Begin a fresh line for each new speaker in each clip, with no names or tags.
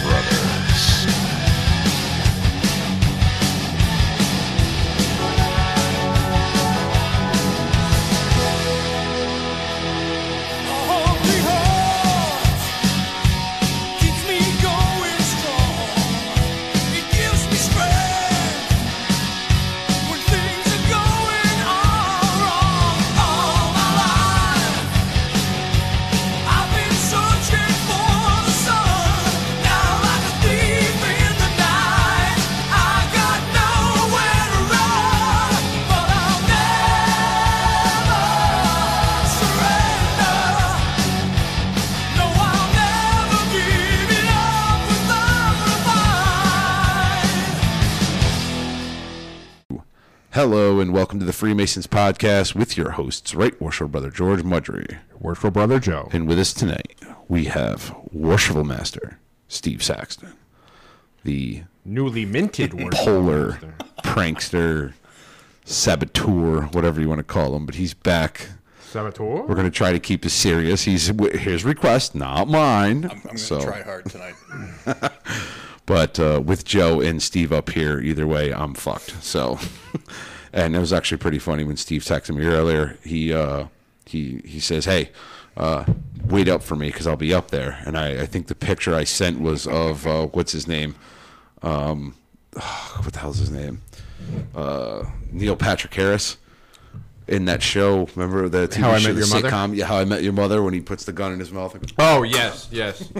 brothers.
Hello and welcome to the Freemasons podcast with your hosts, Right Worshipful Brother George Mudry.
Worshipful Brother Joe.
And with us tonight, we have Worshipful Master Steve Saxton, the
Newly minted word.
polar prankster, saboteur, whatever you want to call him, but he's back. We're
Saboteur?
going to try to keep this serious. He's w- his request, not mine.
I'm going to
So,
try hard tonight.
but uh, with Joe and Steve up here, either way, I'm fucked. So, and it was actually pretty funny when Steve texted me earlier. He uh, he he says, "Hey, uh, wait up for me because I'll be up there." And I, I think the picture I sent was of uh, what's his name, um, what the hell's his name, uh, Neil Patrick Harris. In that show, remember the TV
How I
show,
Met
the
Your Mother?
sitcom, yeah, How I Met Your Mother, when he puts the gun in his mouth.
Oh, yes, yes.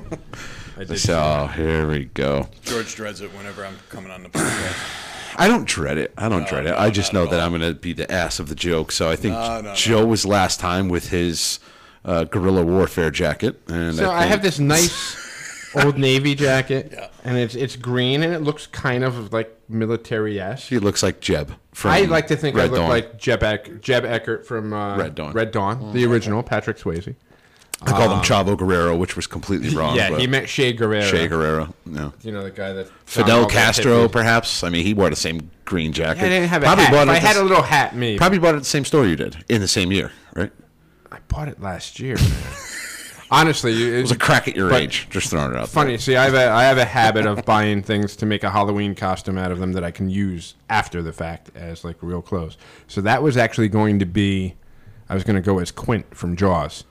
I did.
So oh, here we go.
George dreads it whenever I'm coming on the podcast.
I don't dread it. I don't dread it. I just know that I'm going to be the ass of the joke. So I think Joe was last time with his uh, guerrilla warfare jacket, and
So I
think-
have this nice old navy jacket,
Yeah.
and it's it's green, and it looks kind of like military-esque.
He looks like Jeb. From
I like to think I
Red
look
Dawn.
like Jeb, Eck, Jeb Eckert from uh,
Red Dawn. Mm-hmm.
Red Dawn, the original Patrick Swayze.
I called him Chavo Guerrero, which was completely wrong.
Ah. yeah,
but
he met Shea Guerrero.
Shea Guerrero. No,
You know the guy that
Fidel Castro, perhaps. I mean, he wore the same green jacket.
I didn't have a
probably
hat.
Bought
If
it
I
at
had
the-
a little hat, maybe.
probably bought it at the same store you did in the same year, right? It
I bought it last year. man. Honestly, it,
was a crack at your
But-
age. Just throwing it out.
Funny. See, I have a I have a habit of buying things to make a Halloween costume out of them that I can use after the fact as like real clothes. So that was actually going to be, I was going to go as Quint from Jaws.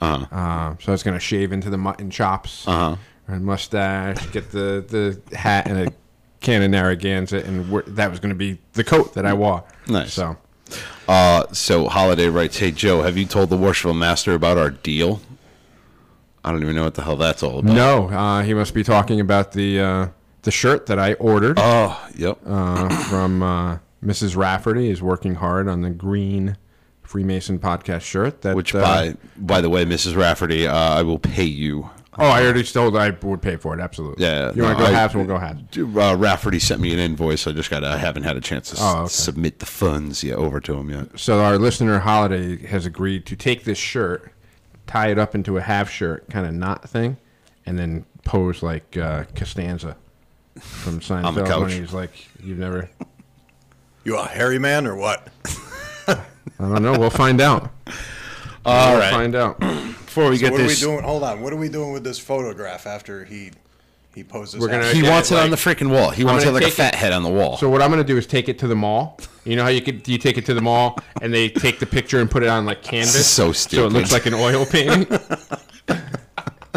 Uh-huh.
Uh, so I was going to shave into the mutton chops
Uh-huh.
and mustache, get the the hat and a can of Narragansett, and we that was going to be the coat that I wore.
Nice.
So
Uh, so Holiday writes, "Hey Joe, have you told the worshipful master about our deal? I don't even know what the hell that's all about."
no, uh, he must be talking about the uh, the shirt that I ordered.
Oh, yep.
uh, from uh, Mrs. Rafferty is working hard on the green Freemason podcast shirt. That
Which
uh,
by by the way, Mrs. Rafferty, uh, I will pay you.
oh, I already told I would pay for it. Absolutely.
Yeah,
You want
no,
to go
I-
halves? We'll go halves.
Uh, Rafferty sent me an invoice. I just got. I haven't had a chance to s-
Oh, okay.
submit the funds yet over to him yet.
So our listener Holiday has agreed to take this shirt, tie it up into a half shirt kind of knot thing, and then pose like uh, Costanza from
the
Seinfeld when
couch.
he's like, "You've never."
You a hairy man or what?
I don't know. We'll find out.
All
we'll
right.
find out.
Before we get
What are we
this,
doing? Hold on. What are we doing with this photograph after he he poses?
We're gonna-
out?
he
Yeah,
wants it
like-
on the freaking wall. He wants it
gonna
like a
take
fat head on the wall.
So what I'm gonna do is take it to the mall. You know how you could you take it to the mall and they take the picture and put it on like canvas.
So
So it
stupid.
looks like an oil painting. and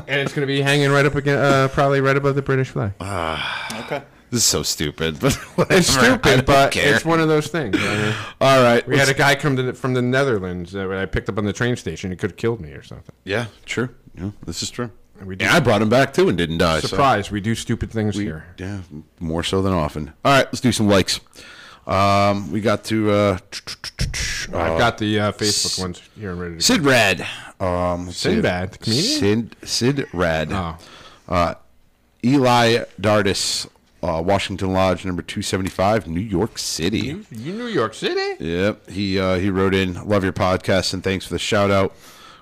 it's gonna be hanging right up again, uh, probably right above the British flag.
okay.
this is so stupid. But
It's
whatever. I
stupid,
don't
but
care.
it's one of those things. I mean,
all right.
we had
let's-
a guy come to the, from the Netherlands that I picked up on the train station. He could have killed me or something.
yeah, true. Yeah, this is true.
And we
And I brought him back too and didn't die. so-
Surprise! We do stupid things here.
Yeah, more so than often. All right, let's do some likes. Um, we got to uh,
I've got the uh, Facebook ones here and ready to
Sid Rad. Um, let's see.
Sinbad, the comedian? Oh.
Sid Sid Rad.
go.
Eli Dardis, uh, Washington Lodge number two seventy five, New York City.
You, you New York City?
Yep. He uh, he wrote in, love your podcast and thanks for the shout out.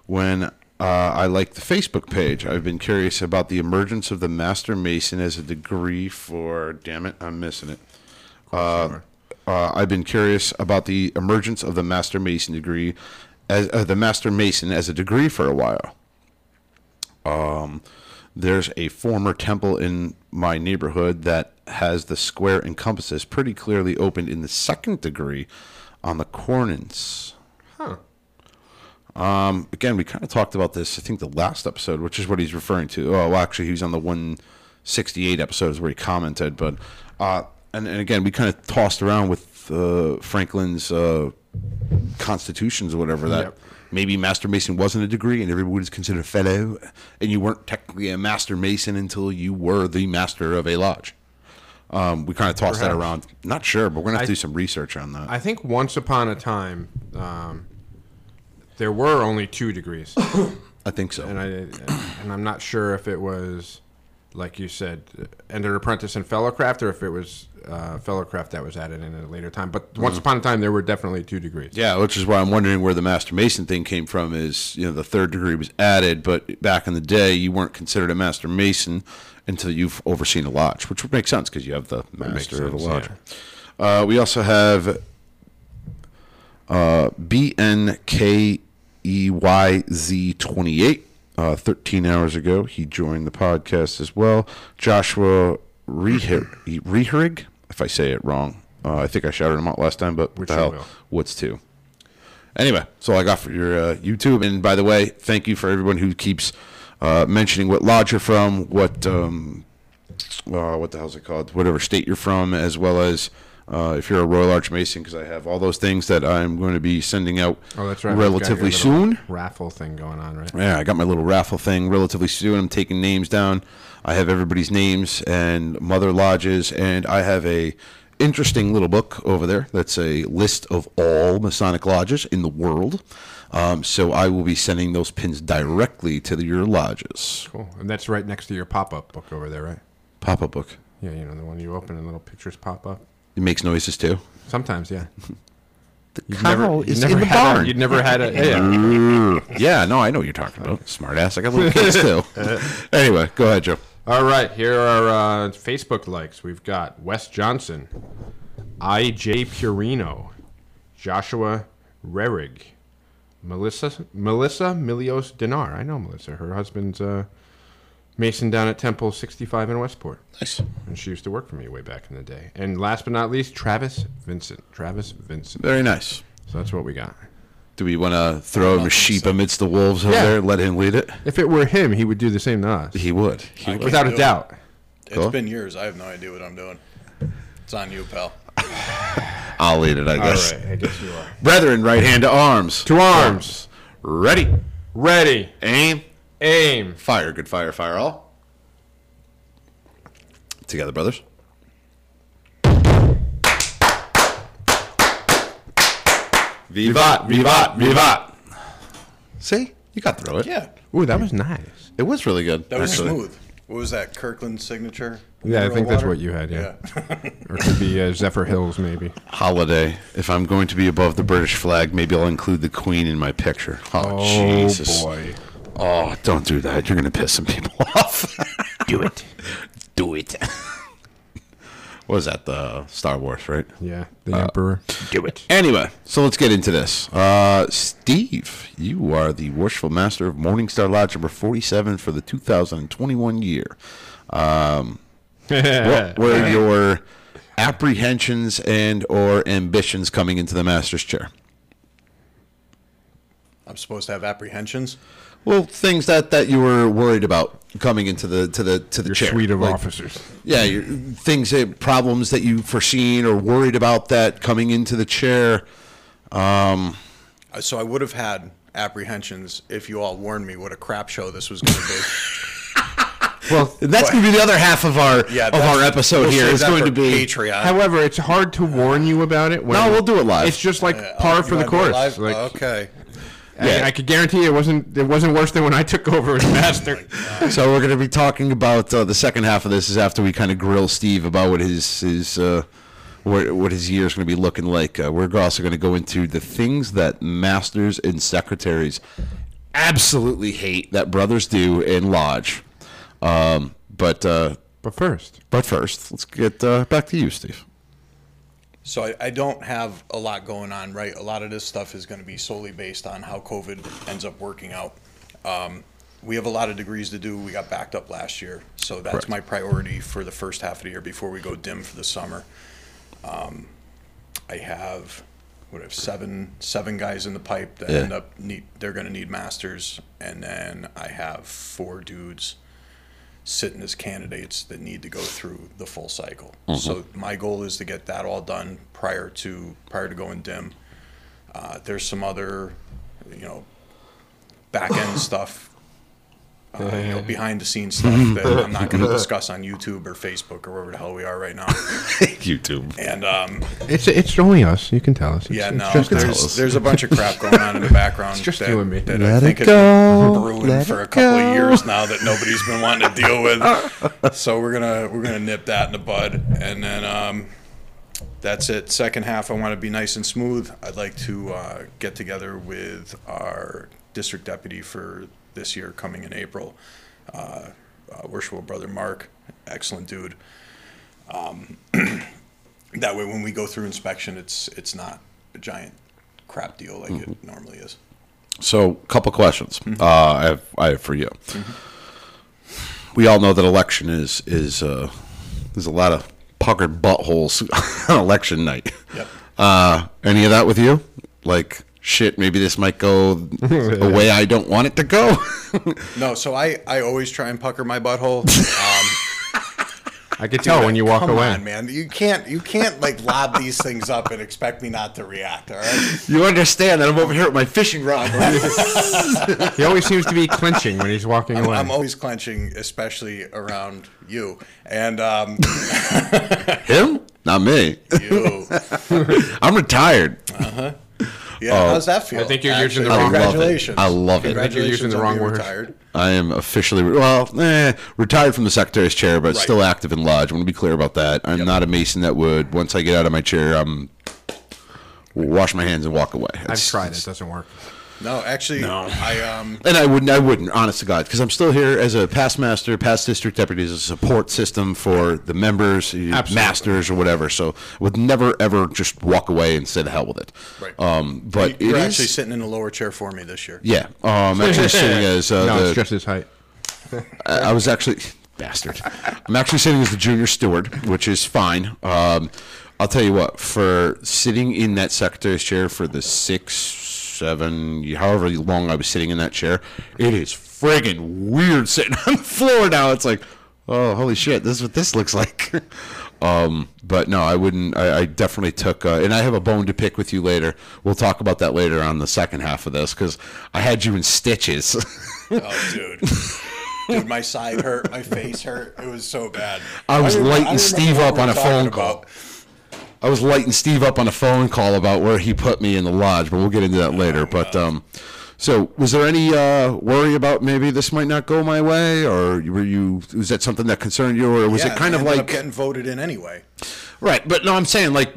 When uh, I like the Facebook page, I've been curious about the emergence of the Master Mason as a degree for. Damn it, I'm missing it. Uh, Uh, I've been curious about the emergence of the Master Mason degree, as uh, the Master Mason as a degree for a while. There's a former temple in my neighborhood that has the square and compasses pretty clearly opened in the second degree on the corners. Huh. Um, again, we kind of talked about this, I think, the last episode, which is what he's referring to. Oh, well, actually, he was on the 168 episodes where he commented. But, uh, and, and again, we kind of tossed around with uh, Franklin's uh, constitutions or whatever that
Yep.
maybe Master Mason wasn't a degree and everybody was considered a fellow, and you weren't technically a Master Mason until you were the master of a lodge. Um, we kind of tossed that around.
Perhaps.
Not sure, but we're gonna have to do
I-
some research on that.
I think once upon a time, um, there were only two degrees,
I think so.
and I and I'm not sure if it was, like you said, and an apprentice and fellowcraft, or if it was uh, fellowcraft that was added in at a later time. But once upon a time, there were definitely two degrees.
Mm-hmm. yeah, which is why I'm wondering where the Master Mason thing came from. Is you know the third degree was added, but back in the day you weren't considered a Master Mason until you've overseen a lodge, which would make sense because you have the Master of the
sense,
Lodge. Uh, we also have uh, B N K E Y Z 28. Uh, 13 hours ago, he joined the podcast as well. Joshua Reher- Reherig, if I say it wrong. Uh, I think I shouted him out last time, but what
Which
the
you
hell?
will.
What's two? Anyway, that's all I got for your uh, YouTube. And by the way, thank you for everyone who keeps uh, mentioning what lodge you're from, what um, uh, what the hell's it called? Whatever state you're from, as well as uh, if you're a Royal Arch Mason, because I have all those things that I'm going to be sending out
Oh, that's right. You've got your
relatively
little
soon.
Raffle thing going on, right?
Yeah, I got my little raffle thing relatively soon. I'm taking names down. I have everybody's names and mother lodges, and I have a interesting little book over there that's a list of all Masonic lodges in the world. Um, so I will be sending those pins directly to the, your lodges.
Cool. And that's right next to your pop-up book over there, right?
Pop-up book.
Yeah, you know the one you open and little pictures pop up.
It makes noises too.
Sometimes, yeah. The
cow is in the
had
barn.
A, you'd never had a. Yeah.
yeah, no, I know what you're talking about. Smart ass. I got little kids too. anyway, go ahead, Joe.
All right, here are uh, Facebook likes. We've got Wes Johnson, I.J. Purino, Joshua Rerig, Melissa Melissa Milios Dinar. I know Melissa. Her husband's uh, Mason down at Temple 65 in Westport.
Nice.
And she used to work for me way back in the day. And last but not least, Travis Vincent. Travis Vincent.
Very nice.
So that's what we got.
Do we want to throw him a sheep amidst the wolves over
Yeah.
there? and Let him lead it.
If it were him, he would do the same to us.
He would. He would.
Without a
do it.
doubt.
It's
Cool.
been years. I have no idea what I'm doing. It's on you, pal.
I'll lead it, I guess.
All right, I guess you are.
Brethren, right hand to arms.
To arms.
Ready.
Ready.
Aim.
Aim.
Fire. Good fire. Fire all. Together, brothers. Vivat, vivat, vivat. See? You got through it.
Yeah,
Ooh, that was nice.
It was really good.
that was
actually.
smooth. What was that? Kirkland signature.
Yeah, I
mineral
think that's
water?
what you had, yeah.
Yeah.
Or it could be uh, Zephyr Hills, maybe.
Holiday. If I'm going to be above the British flag, maybe I'll include the Queen in my picture. Oh, Jesus.
boy.
Oh, don't do that. You're going to piss some people off.
Do it.
do it. what is that? The Star Wars, right?
Yeah, the Emperor. Do it.
Anyway, so let's get into this. Uh, Steve, you are the worshipful master of Morningstar Lodge number 47 for the 2021 year. What were your apprehensions and or ambitions coming into the master's chair?
I'm supposed to have apprehensions.
Well, things that, that you were worried about coming into the to the to the
Your
chair.
suite of
Like,
officers.
Yeah, your, things, that, problems that you foreseen or worried about that coming into the chair.
Uh, So I would have had apprehensions if you all warned me what a crap show this was going to be.
Well,
That's going to be the other half of our
Yeah,
of
that's-
our episode
we'll
here.
save
It's
that
going
for
to be
Patreon.
however, it's hard to warn you about it. When
No, we'll do it live.
It's just like
Uh,
par
you
for the
wanna do it
course.
live? Oh,
Like,
okay.
I, I could guarantee it wasn't. It wasn't worse than when I took over as master.
so we're going to be talking about uh, the second half of this is after we kind of grill Steve about what his his uh, what, what his year is going to be looking like. Uh, we're also going to go into the things that masters and secretaries absolutely hate that brothers do in lodge. Um, but uh,
but first,
but first, let's get uh, back to you, Steve.
So I, I don't have a lot going on, right? A lot of this stuff is going to be solely based on how COVID ends up working out. Um, we have a lot of degrees to do. We got backed up last year, so that's
Correct.
my priority for the first half of the year before we go dim for the summer. Um, I have what I have seven seven guys in the pipe that
Yeah.
end up need they're going to need masters, and then I have four dudes sitting as candidates that need to go through the full cycle.
Mm-hmm.
So my goal is to get that all done prior to prior to going dim. Uh, there's some other, you know, back end stuff, uh, you know, behind the scenes
Mm-hmm.
stuff that I'm not going to discuss on YouTube or Facebook or wherever the hell we are right now.
YouTube.
And um,
It's it's only us. You can tell us. It's,
yeah,
it's
no,
just us.
tell us.
there's, there's a bunch of crap going on in the background.
It's just
that,
you and me.
That I
Let
think
it
has been
go,
brewing
let
for a
it
couple
go.
of years now that nobody's been wanting to deal with. so we're gonna we're gonna nip that in the bud, and then um, that's it. Second half, I want to be nice and smooth. I'd like to uh, get together with our district deputy for this year, coming in April. Uh, uh, worshipful brother Mark, excellent dude. Um, that way, when we go through inspection, it's it's not a giant crap deal like
Mm-hmm.
it normally is.
So, couple questions
Mm-hmm.
uh, I, have, I have for you.
Mm-hmm.
We all know that election is is uh, there's a lot of puckered buttholes on election night.
Yep.
Uh, any of that with you? Like shit, maybe this might go the way I don't want it to go.
No, so I, I always try and pucker my butthole. Um,
I could tell when you walk
come
away.
on, man. You can't you can't like lob these things up and expect me not to react. All right.
you understand that I'm over here with my fishing rod.
He always seems to be clenching when he's walking away.
I'm always clenching, especially around you and um,
Him? Not me.
you.
Oh. I'm retired.
Yeah, how's that feel?
I think you're using the
Actually,
wrong- I love it.
I love it.
Congratulations.
I
think you're using the wrong word.
Congratulations on being Retired.
I am officially well, eh, retired from the secretary's chair, but
Right.
still active in lodge. I want to be clear about that. I'm not a mason that would. Once I get out of my chair, I'm wash my hands and walk away.
I've
It's-
tried it. It doesn't work.
No, actually, I um,
And I wouldn't. I wouldn't. Honest to God, because I'm still here as a past master, past district deputy, as a support system for the members, you-
Absolutely.
masters, or whatever. So I would never ever just walk away and say the hell with it.
Right.
Um, but
you're
it is-
actually sitting in a lower chair for me this year.
Yeah. Um, actually sitting as uh,
no,
the
it's just his height.
I I was actually bastard. I'm actually sitting as the junior steward, which is fine. Um, I'll tell you what, for sitting in that secretary's chair for the six, seven, however long I was sitting in that chair, it is friggin' weird sitting on the floor now. It's like, oh, holy shit, this is what this looks like. Um, but no, I wouldn't. I, I definitely took, uh, and I have a bone to pick with you later. We'll talk about that later on the second half of this because I had you in stitches.
Oh, dude. Dude, my side hurt, my face hurt. It was so bad.
I was
remember-
lighting
remember
Steve
what
up
we
on
were
a
talking
phone call.
about.
I was lighting Steve up on a phone call about where he put me in the lodge, but we'll get into that later. But um, so was there any uh, worry about maybe this might not go my way, or were you was that something that concerned you, or was
Yeah, uh,
it kind of
ended up
like
getting voted in anyway?
right? But no, I'm saying like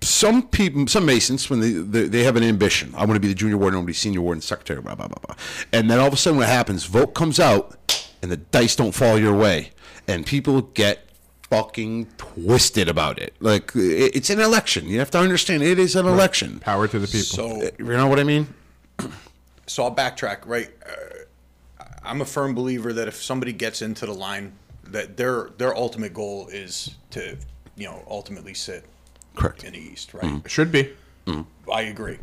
some people, some masons when they they, they have an ambition, I want to be the junior warden, I want to be senior warden, secretary, blah blah blah blah, and then all of a sudden what happens? Vote comes out, and the dice don't fall your way, and people get fucking twisted about it. Like it- it's an election. You have to understand it is an election.
Power to the people.
So,
You know what I mean?
so I'll backtrack. Right, Uh, I'm a firm believer that if somebody gets into the line, that their their ultimate goal is to, you know, ultimately sit
Correct.
in the East. Right.
Mm.
Mm.
Should be.
I agree.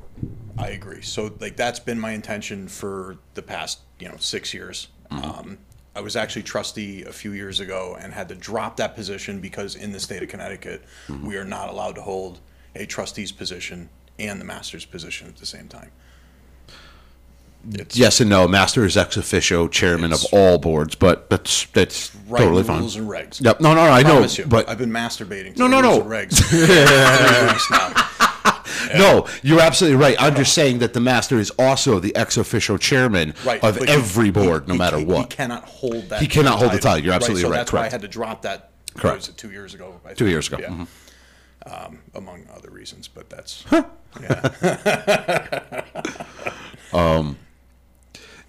I agree. So like that's been my intention for the past you know six years.
Mm.
Um, I was actually trustee a few years ago and had to drop that position because in the state of Connecticut
Mm-hmm.
we are not allowed to hold a trustee's position and the master's position at the same time. It's
Yes and no. Master is ex officio chairman of
It's-
all boards, but that's that's
right
totally
rules
fine.
and regs.
Yep. No, no, I know,
Promise you,
but
I've been masturbating. To
No,
the
no,
rules
no.
and Regs. for three weeks now.
No, you're absolutely right. I'm just saying that the master is also the ex officio chairman
right,
of
but he-
every board, no
he
matter
ca- He
what.
cannot hold that.
He cannot hold the title. You're absolutely
so
right.
That's why I
Correct.
had to drop that. what
Correct.
Was it two years ago? I
Two
think.
years ago.
Yeah.
Mhm.
Um, among other reasons, but that's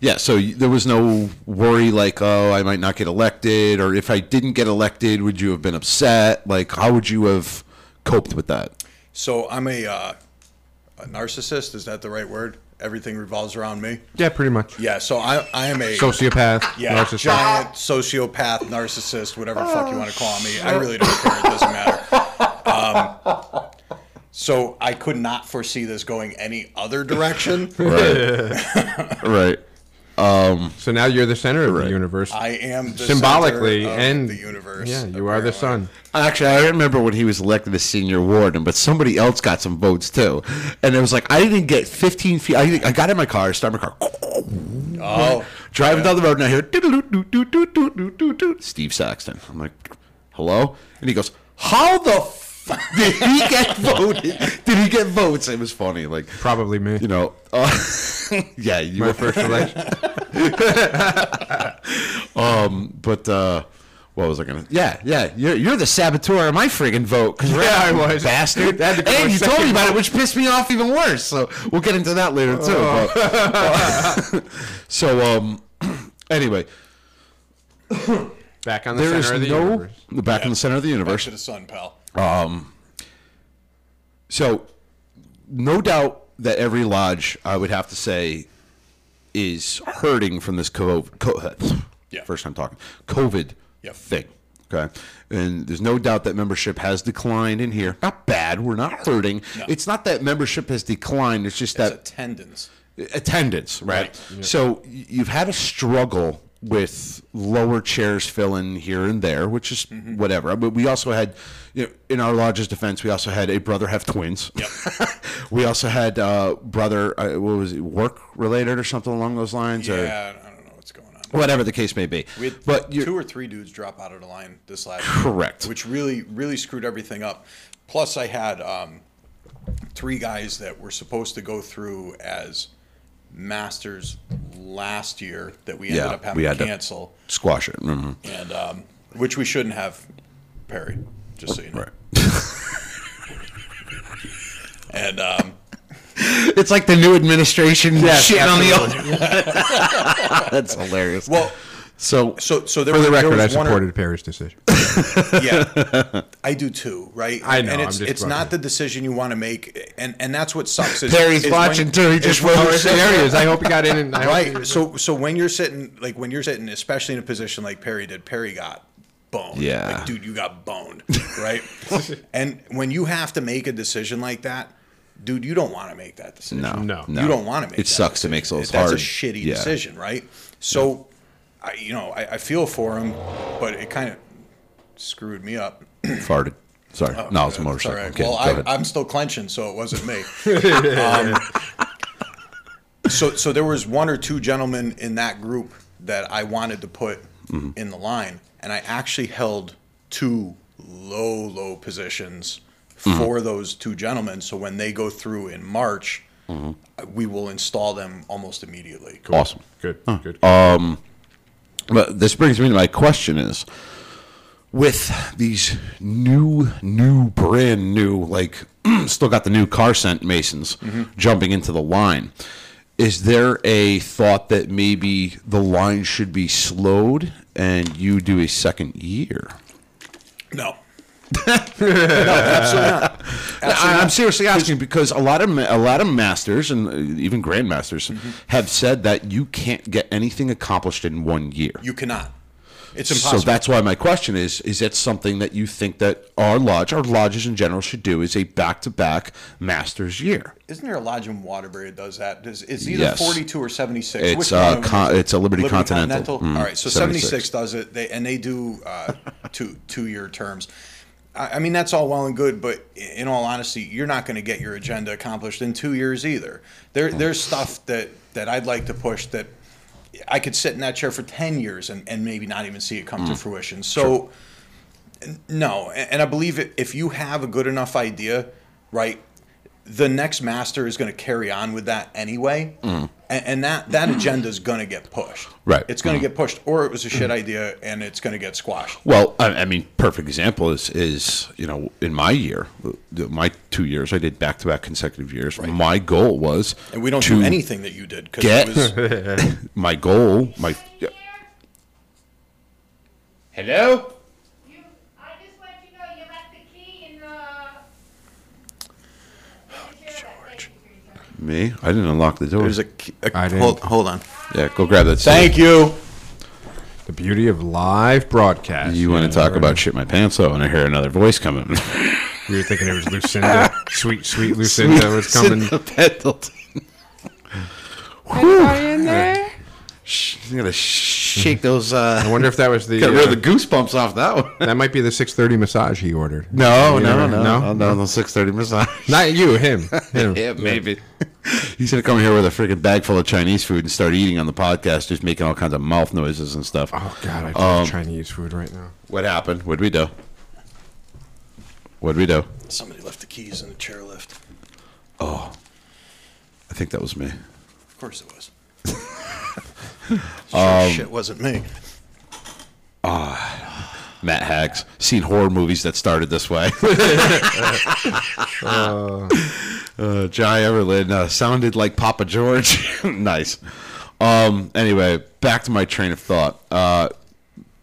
Yeah, so y- there was no worry like, oh, I might not get elected, or if I didn't get elected, would you have been upset? Like, how would you have coped with that?
So I'm a, uh, a narcissist. Is that the right word? Everything revolves around me.
Yeah, pretty much.
Yeah. So I I am a
Sociopath.
yeah,
narcissist.
giant sociopath, narcissist, whatever the fuck you want to call me. I really don't care. It doesn't matter. Um, so I could not foresee this going any other direction.
Right. right.
So now you're the center of the universe.
I am the
Symbolically
center of
and
the universe.
Yeah, you are the sun.
Actually, I remember when he was elected as senior warden, but somebody else got some votes too, and it was like I didn't get 15 feet. I, didn't- I got in my car, started my car,
Oh,
driving down the road, and I hear "Doodle-doo-doo-doo-doo-doo-doo-doo-doo." Steve Saxton. I'm like, hello, and he goes, how the f- did he get voted? Did he get votes? It was funny, like
Probably me.
you know, uh, yeah, you were first election. um, but uh, what was I gonna? Yeah, yeah, you're, you're the saboteur of my friggin' vote. 'cause you're
Yeah,
a
I was.
bastard.
That had to come
and
in
you
second.
told me about it, which pissed me off even worse. So we'll get into that later too. but- so um, anyway,
Back on the
there is
center of the
no
universe.
back in the center of the
back
universe.
to the sun, pal.
So, no doubt that every lodge, I would have to say, is hurting from this COVID. Co-
Yeah.
First time talking COVID
Yep.
thing. Okay, and there's no doubt that membership has declined in here. Not bad. We're not hurting. It's not that membership has declined. It's just that
Attendance.
attendance, right?
Right.
So y- you've had a struggle with lower chairs filling here and there, which is
Mm-hmm.
whatever. But we also had, you know, in our lodge's defense, we also had a brother have twins. we also had uh, brother, uh, what was it, work related or something along those lines,
Yeah, I don't know what's going on.
or whatever the case may be.
We had
but you
two or three dudes drop out of the line this last
Correct.
year, which really really screwed everything up. Plus, I had um, three guys that were supposed to go through as masters last year that we ended
Yeah,
up having
we
to
had to-
cancel,
squash it, mhm.
and um, which we shouldn't have. Perry, just so you know.
right?
And um,
It's like the new administration
Yes,
shitting on the old. That's hilarious.
well,
so
so so there
For
was,
the
there
record, I
was one or-
supported Perry's decision.
yeah, I do too, right?
I know,
and
I'm
it's
just
it's not
fucking-
the decision you want to make, and and that's what sucks. Is,
Perry's
is
watching
when-
too. He
is
just
when
wrote
you're
it
sitting-
down.
Perry's, I hope he got in. And I hope he-
Right. So so when you're sitting like when you're sitting, especially in a position like Perry did, Perry got boned.
Yeah.
Like, dude, you got boned. Right. and when you have to make a decision like that, dude, you don't want to make that decision.
no,
No.
no,
You don't want to make
It
that
sucks.
decision.
It makes those
That's
hard.
a shitty
Yeah.
decision, right? So I you know, I, I feel for him, but it kind of screwed me up.
farted. Sorry. no, it's a
That's
motorcycle.
all right.
Okay,
Oh, well,
go
I,
ahead.
I'm still clenching, so it wasn't me. um, so, so there was one or two gentlemen in that group that I wanted to put
Mm-hmm.
in the line, and I actually held two low, low positions
Mm-hmm.
for those two gentlemen. So when they go through in March,
Mm-hmm.
we will install them almost immediately.
awesome.
Good, good.
But this brings me to my question is with these new, new, brand new, like still got the new car scent Masons
Mm-hmm.
jumping into the line. Is there a thought that maybe the line should be slowed and you do a second year?
No. no, absolutely not. Absolutely
I, I'm
not.
seriously asking because a lot of ma- a lot of masters and uh, even grandmasters have said that you can't get anything accomplished in one year.
You cannot. It's
So
impossible.
that's why my question is: Is that something that you think that our lodge, our lodges in general, should do? Is a back-to-back masters year?
Isn't there a lodge in Waterbury that does that? Does, it's either
Yes.
42 or 76.
It's,
Which one
uh,
of them
Con-
is it?
it's a Liberty Continental. Mm,
All right, so 76.
76.
does it, they, and they do uh, two two year terms. I, I mean, that's all well and good, but i- in all honesty, you're not going to get your agenda accomplished in two years either.
Mm.
There, there's stuff that that I'd like to push that I could sit in that chair for 10 years and, and maybe not even see it
Mm.
come to fruition. So. No, a- and I believe it, if you have a good enough idea, right, the next master is going to carry on with that anyway, A- and, that that agenda is going to get pushed.
Mm. Right. Mm.
it's going to get pushed, or it was a shit idea and it's going to get squashed.
Well, I, I mean, perfect example is is you know in my year, the- my two years, I did back-to-back consecutive years. My goal was
And we don't
to
do anything that you did because
get-
it was
My goal, my
You, I just let you know you left the key in the
Me? I didn't unlock the door.
There's a, key- a-
I didn't.
hold, hold on.
yeah, go grab that.
Thank you.
The beauty of live broadcast.
You want to talk about shit my pants though, and I hear another voice coming.
We were thinking it was Lucinda. sweet, sweet Lucinda was coming.
Sit the Pendleton.
in there?
Sh- I'm gonna shake those. Uh,
I wonder if that was the.
got rid of
uh,
the goosebumps off that one.
that might be the 6:30 massage he ordered.
No,
You
no,
never-
no,
no?
no, no, no. Six thirty massage.
Not you, him. him.
Yeah, maybe. He's gonna come here with a freaking bag full of Chinese food and start eating on the podcast, just making all kinds of mouth noises and stuff.
Oh God, I
Um,
love Chinese food right now.
What happened? What'd we do? What'd we do?
Somebody left the keys in the chairlift.
I think that was me.
Of course it was. Sure
Um,
shit wasn't me.
Matt Hags seen horror movies that started this way. uh, Jai Everlin uh, sounded like Papa George. nice. Um, anyway, back to my train of thought. Uh,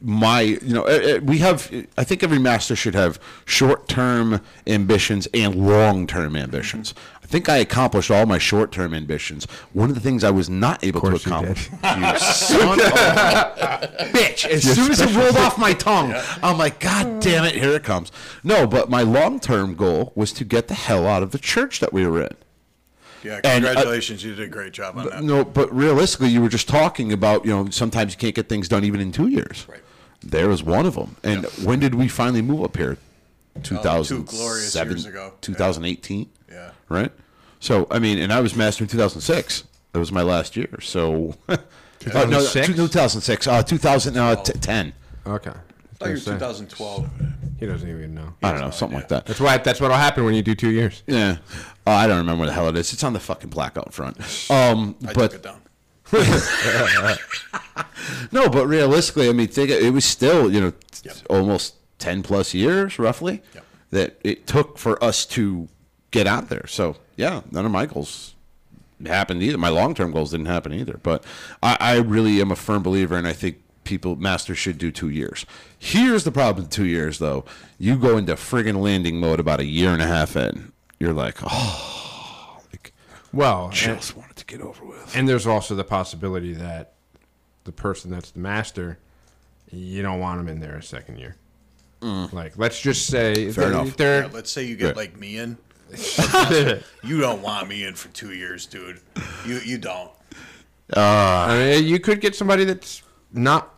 my, you know, eh, eh, we have. I think every master should have short-term ambitions and long-term ambitions. I think I accomplished all my short-term ambitions. One of the things I was not able to
course you did.
accomplish. You son of a bitch. As soon as it rolled off my tongue, I'm like, God damn it, here it comes. No, but my long term goal was to get the hell out of the church that we were in.
Yeah,
And, uh,
congratulations. you did a great job on that.
No, but realistically, you were just talking about, you know, sometimes you can't get things done even in two years.
Right.
There was one of them. And when did we finally move up here?
two
Oh, 2007,
glorious years ago.
2018.
Yeah.
Right? So, I mean, and I was master in 2006. That was my last year. So, uh, no, no,
2006?
2006, uh, 2010.
Okay.
I thought you were
Gonna say,
2012.
He doesn't even know.
I don't know, something like that.
That's why. That's what'll happen when you do two years.
Yeah. Oh, I don't remember what the hell it is. It's on the fucking blackout front. Um,
I took
but
it down.
no, but realistically, I mean, think it it was still you know t-
Yep.
almost ten plus years roughly
Yep.
that it took for us to get out there. So yeah, none of my goals happened either. My long term goals didn't happen either. But I, I really am a firm believer, and I think people masters should do two years. Here's the problem with two years though: you go into friggin' landing mode about a year and a half in. You're like, oh, like,
Well, and,
just wanted to get over with.
and there's also the possibility that the person that's the master, you don't want him in there a second year. Like, let's just say
Mm. Fair
they're,
enough.
Yeah,
they're-
let's say you get
Right.
like me in. You don't want me in for two years, dude. You you don't.
I mean, you could get somebody that's not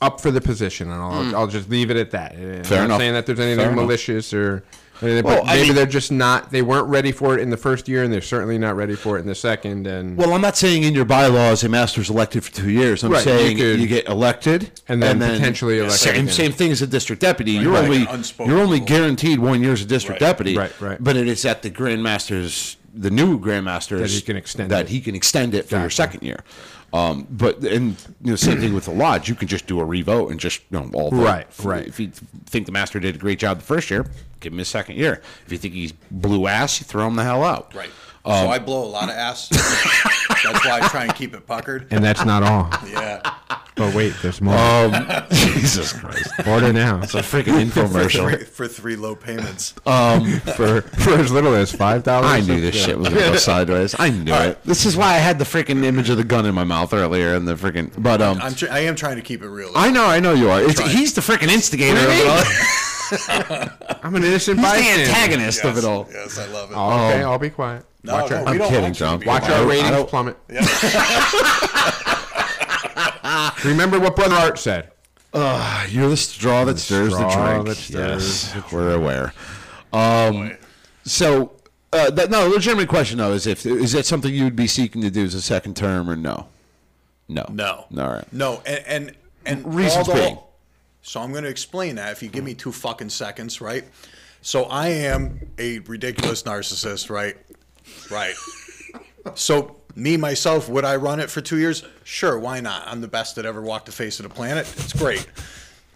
up for the position, and I'll, I'll just leave it at that. I'm
Mm. Fair
not
enough.
saying that there's
Fair
anything
enough.
malicious or anything,
Well,
but
I
maybe
mean-
they're just not. They weren't ready for it in the first year, and they're certainly not ready for it in the second. And
Well, I'm not saying in your bylaws a master's elected for two years. I'm
Right, you
saying you,
could-
get elected
And then potentially elected
Same,
again.
same thing as a district deputy. you're
right. Like an
only
unspoken
you're only
rule.
guaranteed one year as a district
Right.
deputy.
Right, right.
But it is at the grandmaster's, the new grandmaster's
That he can extend
that
it.
he can extend it for your
Gotcha.
second year. Um, but and you know same thing with the lodge. You can just do a revote and just you know all vote.
Right,
If-
right.
If you think the master did a great job the first year, give him his second year. If you think he's blue ass, you throw him the hell out.
Right.
Um,
so I blow a lot of ass. That's why I try and keep it puckered.
and that's not all.
Yeah.
But wait, there's more.
Um, Jesus Christ.
Order now
It's a freaking
For,
infomercial.
for three low payments.
Um,
for for as little as five dollars.
I knew this shit was going to go sideways. I knew it. This is why I had the freaking image of the gun in my mouth earlier and the freaking. But um,
I'm tr- I am trying to keep it real.
I know, I know you are. It's, he's the freaking instigator of it all. He's
I'm an innocent
the
bystander.
antagonist
yes,
of it all.
Yes, I love it.
Okay, I'll be quiet.
no,
watch
no,
our,
we
Oh, I'm
don't
kidding,
want you to
John.
be
watch
alive.
our
I
ratings
don't-
plummet. Remember what Brother Art said.
Uh, You're the straw that stirs the
straw
drink.
that stirs
yes, we're aware. Um, so, uh, that, no, legitimate question though is if is that something you would be seeking to do as a second term or no? No.
No.
All right.
No, and and, and
Reasons
although-
being.
So I'm going to explain that if you give me two fucking seconds, right? So I am a ridiculous narcissist, right? Right. So me myself, would I run it for two years? Sure, why not? I'm the best that ever walked the face of the planet. It's great.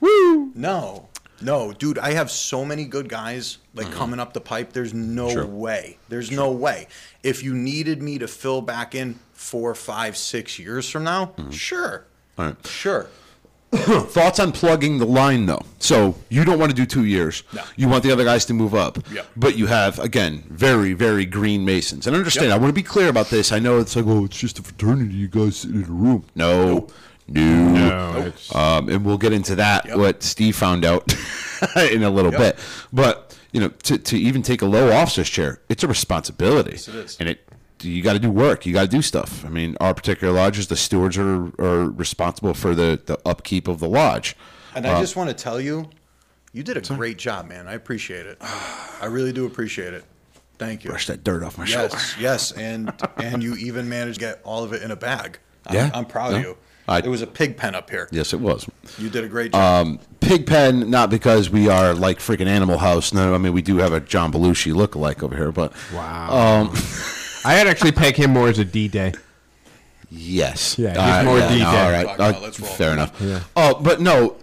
Woo! No, no, dude. I have so many good guys like
Mm-hmm.
coming up the pipe. There's no way. There's no way. If you needed me to fill back in four, five, six years from now, sure,
Mm-hmm. All right.
sure.
Thoughts on plugging the line though. So you don't want to do two years.
No.
You want the other guys to move up.
Yeah.
But you have again very very green masons. And understand,
Yep.
I want to be clear about this. I know it's like, oh, it's just a fraternity. You guys sit in a room. No. No.
No, Oh, it's,
Um, and we'll get into that what Steve found out in a little bit. But you know, to, to even take a low officer's chair, it's a responsibility.
it is.
And it you got to do work. You got to do stuff. I mean, our particular lodges, the stewards are, are responsible for the, the upkeep of the lodge.
And
Uh,
I just want to tell you, you did a great job, man. I appreciate it. I really do appreciate it. Thank you.
Brush that dirt off my shoulders.
Yes, yes, and and you even managed to get all of it in a bag. I'm,
Yeah.
I'm proud
No.
of you.
I- Um,
there was a pig pen up here.
Yes, it was.
You did a great job.
Pigpen, not because we are like freaking Animal House. No, I mean we do have a John Belushi lookalike over here, but um,
wow. I had actually peg him more as a D Day.
Yes.
Yeah, he's
All right,
more
yeah,
detailed.
no, All right.
Fuck, no,
uh,
let's roll.
fair enough. Oh, but no,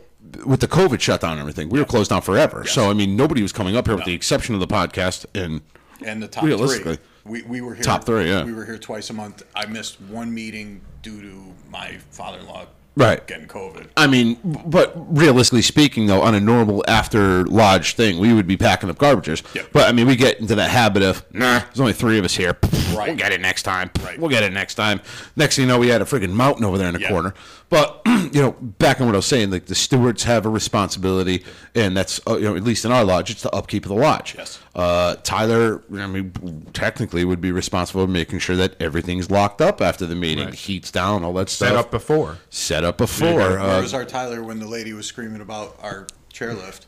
with the COVID shutdown and everything, we were closed down forever. So I mean, nobody was coming up here with the exception of the podcast. And
and the top
realistically,
three. We, we were here
Top three, yeah.
We were here twice a month. I missed one meeting due to my father-in-law
Right.
getting COVID.
I mean, but realistically speaking, though, on a normal after lodge thing, we would be packing up garbages.
Yeah.
But I mean, we get into that habit of nah. There's only three of us here.
Right.
We'll get it next time.
Right.
We'll get it next time. Next thing you know, we had a freaking mountain over there in the
Yeah.
corner. But you know, back on what I was saying, like the stewards have a responsibility, and that's uh, you know, at least in our lodge, it's the upkeep of the lodge.
Yes.
Uh, Tyler, I mean, technically would be responsible for making sure that everything's locked up after the meeting,
Right.
heats down, all that stuff.
Set up before.
Set up before.
Where
Uh,
was our Tyler when the lady was screaming about our chairlift?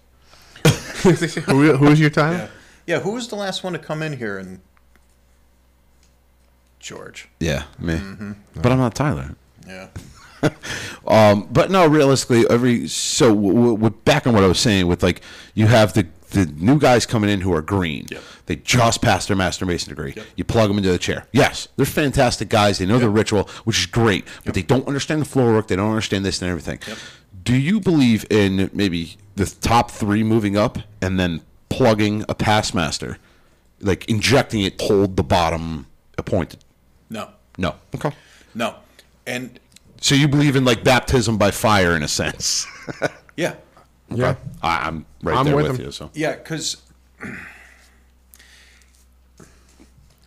who, who was your time?
Yeah. Yeah, who was the last one to come in here and George.
Yeah, me.
Mm-hmm.
But I'm not Tyler.
Yeah.
Um, but no, realistically, every so w- w- w- back on what I was saying with like you have the the new guys coming in who are green.
Yep.
They just passed their master mason degree.
Yep.
You plug them into the chair. Yes, they're fantastic guys. They know the ritual, which is great. But they don't understand the floor work. They don't understand this and everything. Do you believe in maybe the top three moving up and then plugging a pass master, like injecting it, hold the bottom appointed?
No.
No. Okay.
No. And
So you believe in like baptism by fire in a sense.
yeah.
Yeah.
I, I'm right
I'm
there
with
with,
him.
you. So
Yeah, because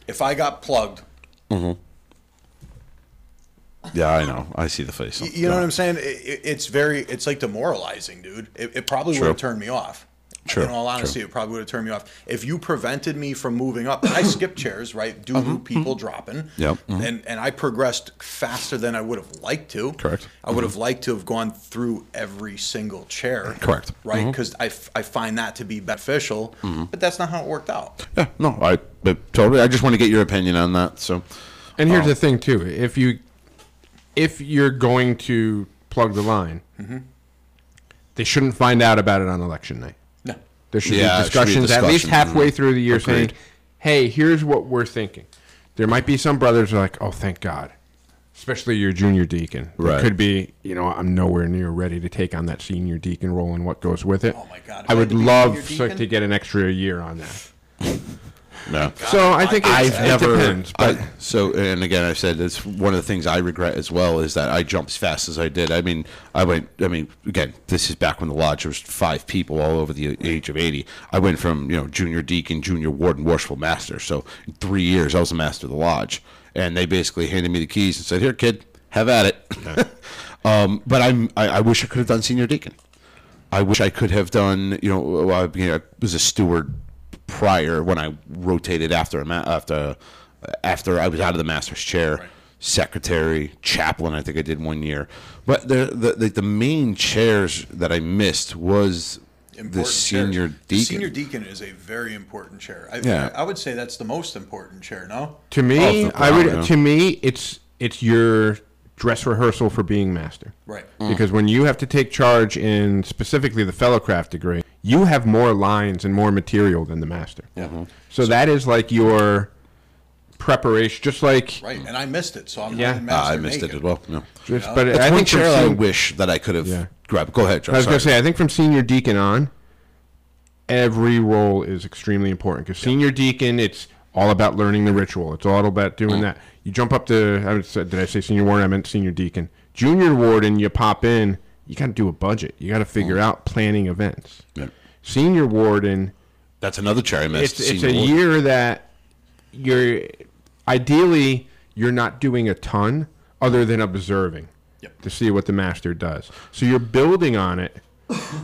if I got plugged,
yeah, I know. I see the face.
y- you know what I'm saying? It, it, it's very, it's like demoralizing, dude. It, it probably would
True.
have turned me off.
True,
In all honesty, it probably would have turned me off. If you prevented me from moving up, I skipped chairs, right? Due to people dropping.
Mm-hmm. Yep, mhm.
And and I progressed faster than I would have liked to.
Correct. Mm-hmm.
I would have liked to have gone through every single chair.
Correct. Mm-hmm.
Right? Because I, f- I find that to be beneficial, but that's not how it worked out.
Yeah, no, I but totally. I just want to get your opinion on that. So
And here's the thing too: if you if you're going to plug the line,
Mm-hmm.
they shouldn't find out about it on election night.
No.
There should
Yeah,
be
it should be a
discussions at least
discussion. Mm-hmm.
halfway through the year saying,
Agreed.
"Hey, here's what we're thinking." There might be some brothers who are like, "Oh, thank God." Especially your junior deacon. It
Right.
could be, you know, I'm nowhere near ready to take on that senior deacon role and what goes with it.
Oh my God, if
I
I had
would
to be
love
junior
so-
deacon?
to get an extra year on that.
no.
So I think it's,
I've
it
never
depends, but
I, so and again I said it's one of the things I regret as well is that I jumped as fast as I did. I mean I went I mean again this is back when the lodge was five people all over the age of 80. I went from you know junior deacon, junior warden, worshipful master. So in 3 years I was the master of the lodge and they basically handed me the keys and said here kid have at it. um, but I'm I, I wish I could have done senior deacon. I wish I could have done. You know, well, I, you know, I was a steward prior when I rotated after a ma- after after I was out of the master's chair, secretary, chaplain. I think I did one year, but the the the, the main chairs that I missed was the
chair.
senior
The
deacon.
senior deacon is a very important chair. I,
Yeah.
I would say that's the most important chair. No,
To
Oh,
me,
for
I would.
Brown, yeah.
To me, it's it's your dress rehearsal for being master.
right?
Mm.
Because when you have to take charge in specifically the fellowcraft degree, you have more lines and more material than the master.
Uh-huh.
So that is like your preparation, just like.
Right, and I missed it, so I'm
Hmm. Yeah.
not
Ah,
in master
I missed it
naked.
as well. No.
Just, But
That's
I
one
think from
chair I
sen-
wish that I could have
Yeah.
grabbed. Go ahead, Joe.
I was going to
sorry.
say, I think from senior deacon on, every role is extremely important. Because senior deacon, it's all about learning the ritual. It's all about doing that. You jump up to, I would say, did I say senior warden? I meant senior deacon. Junior warden, you pop in, you got to do a budget. You got to figure out planning events.
Yeah.
Senior warden,
That's another cherry mist.
it's it's
Senior
a
Award.
year that you're ideally you're not doing a ton other than observing
Yep.
to see what the master does. So you're building on it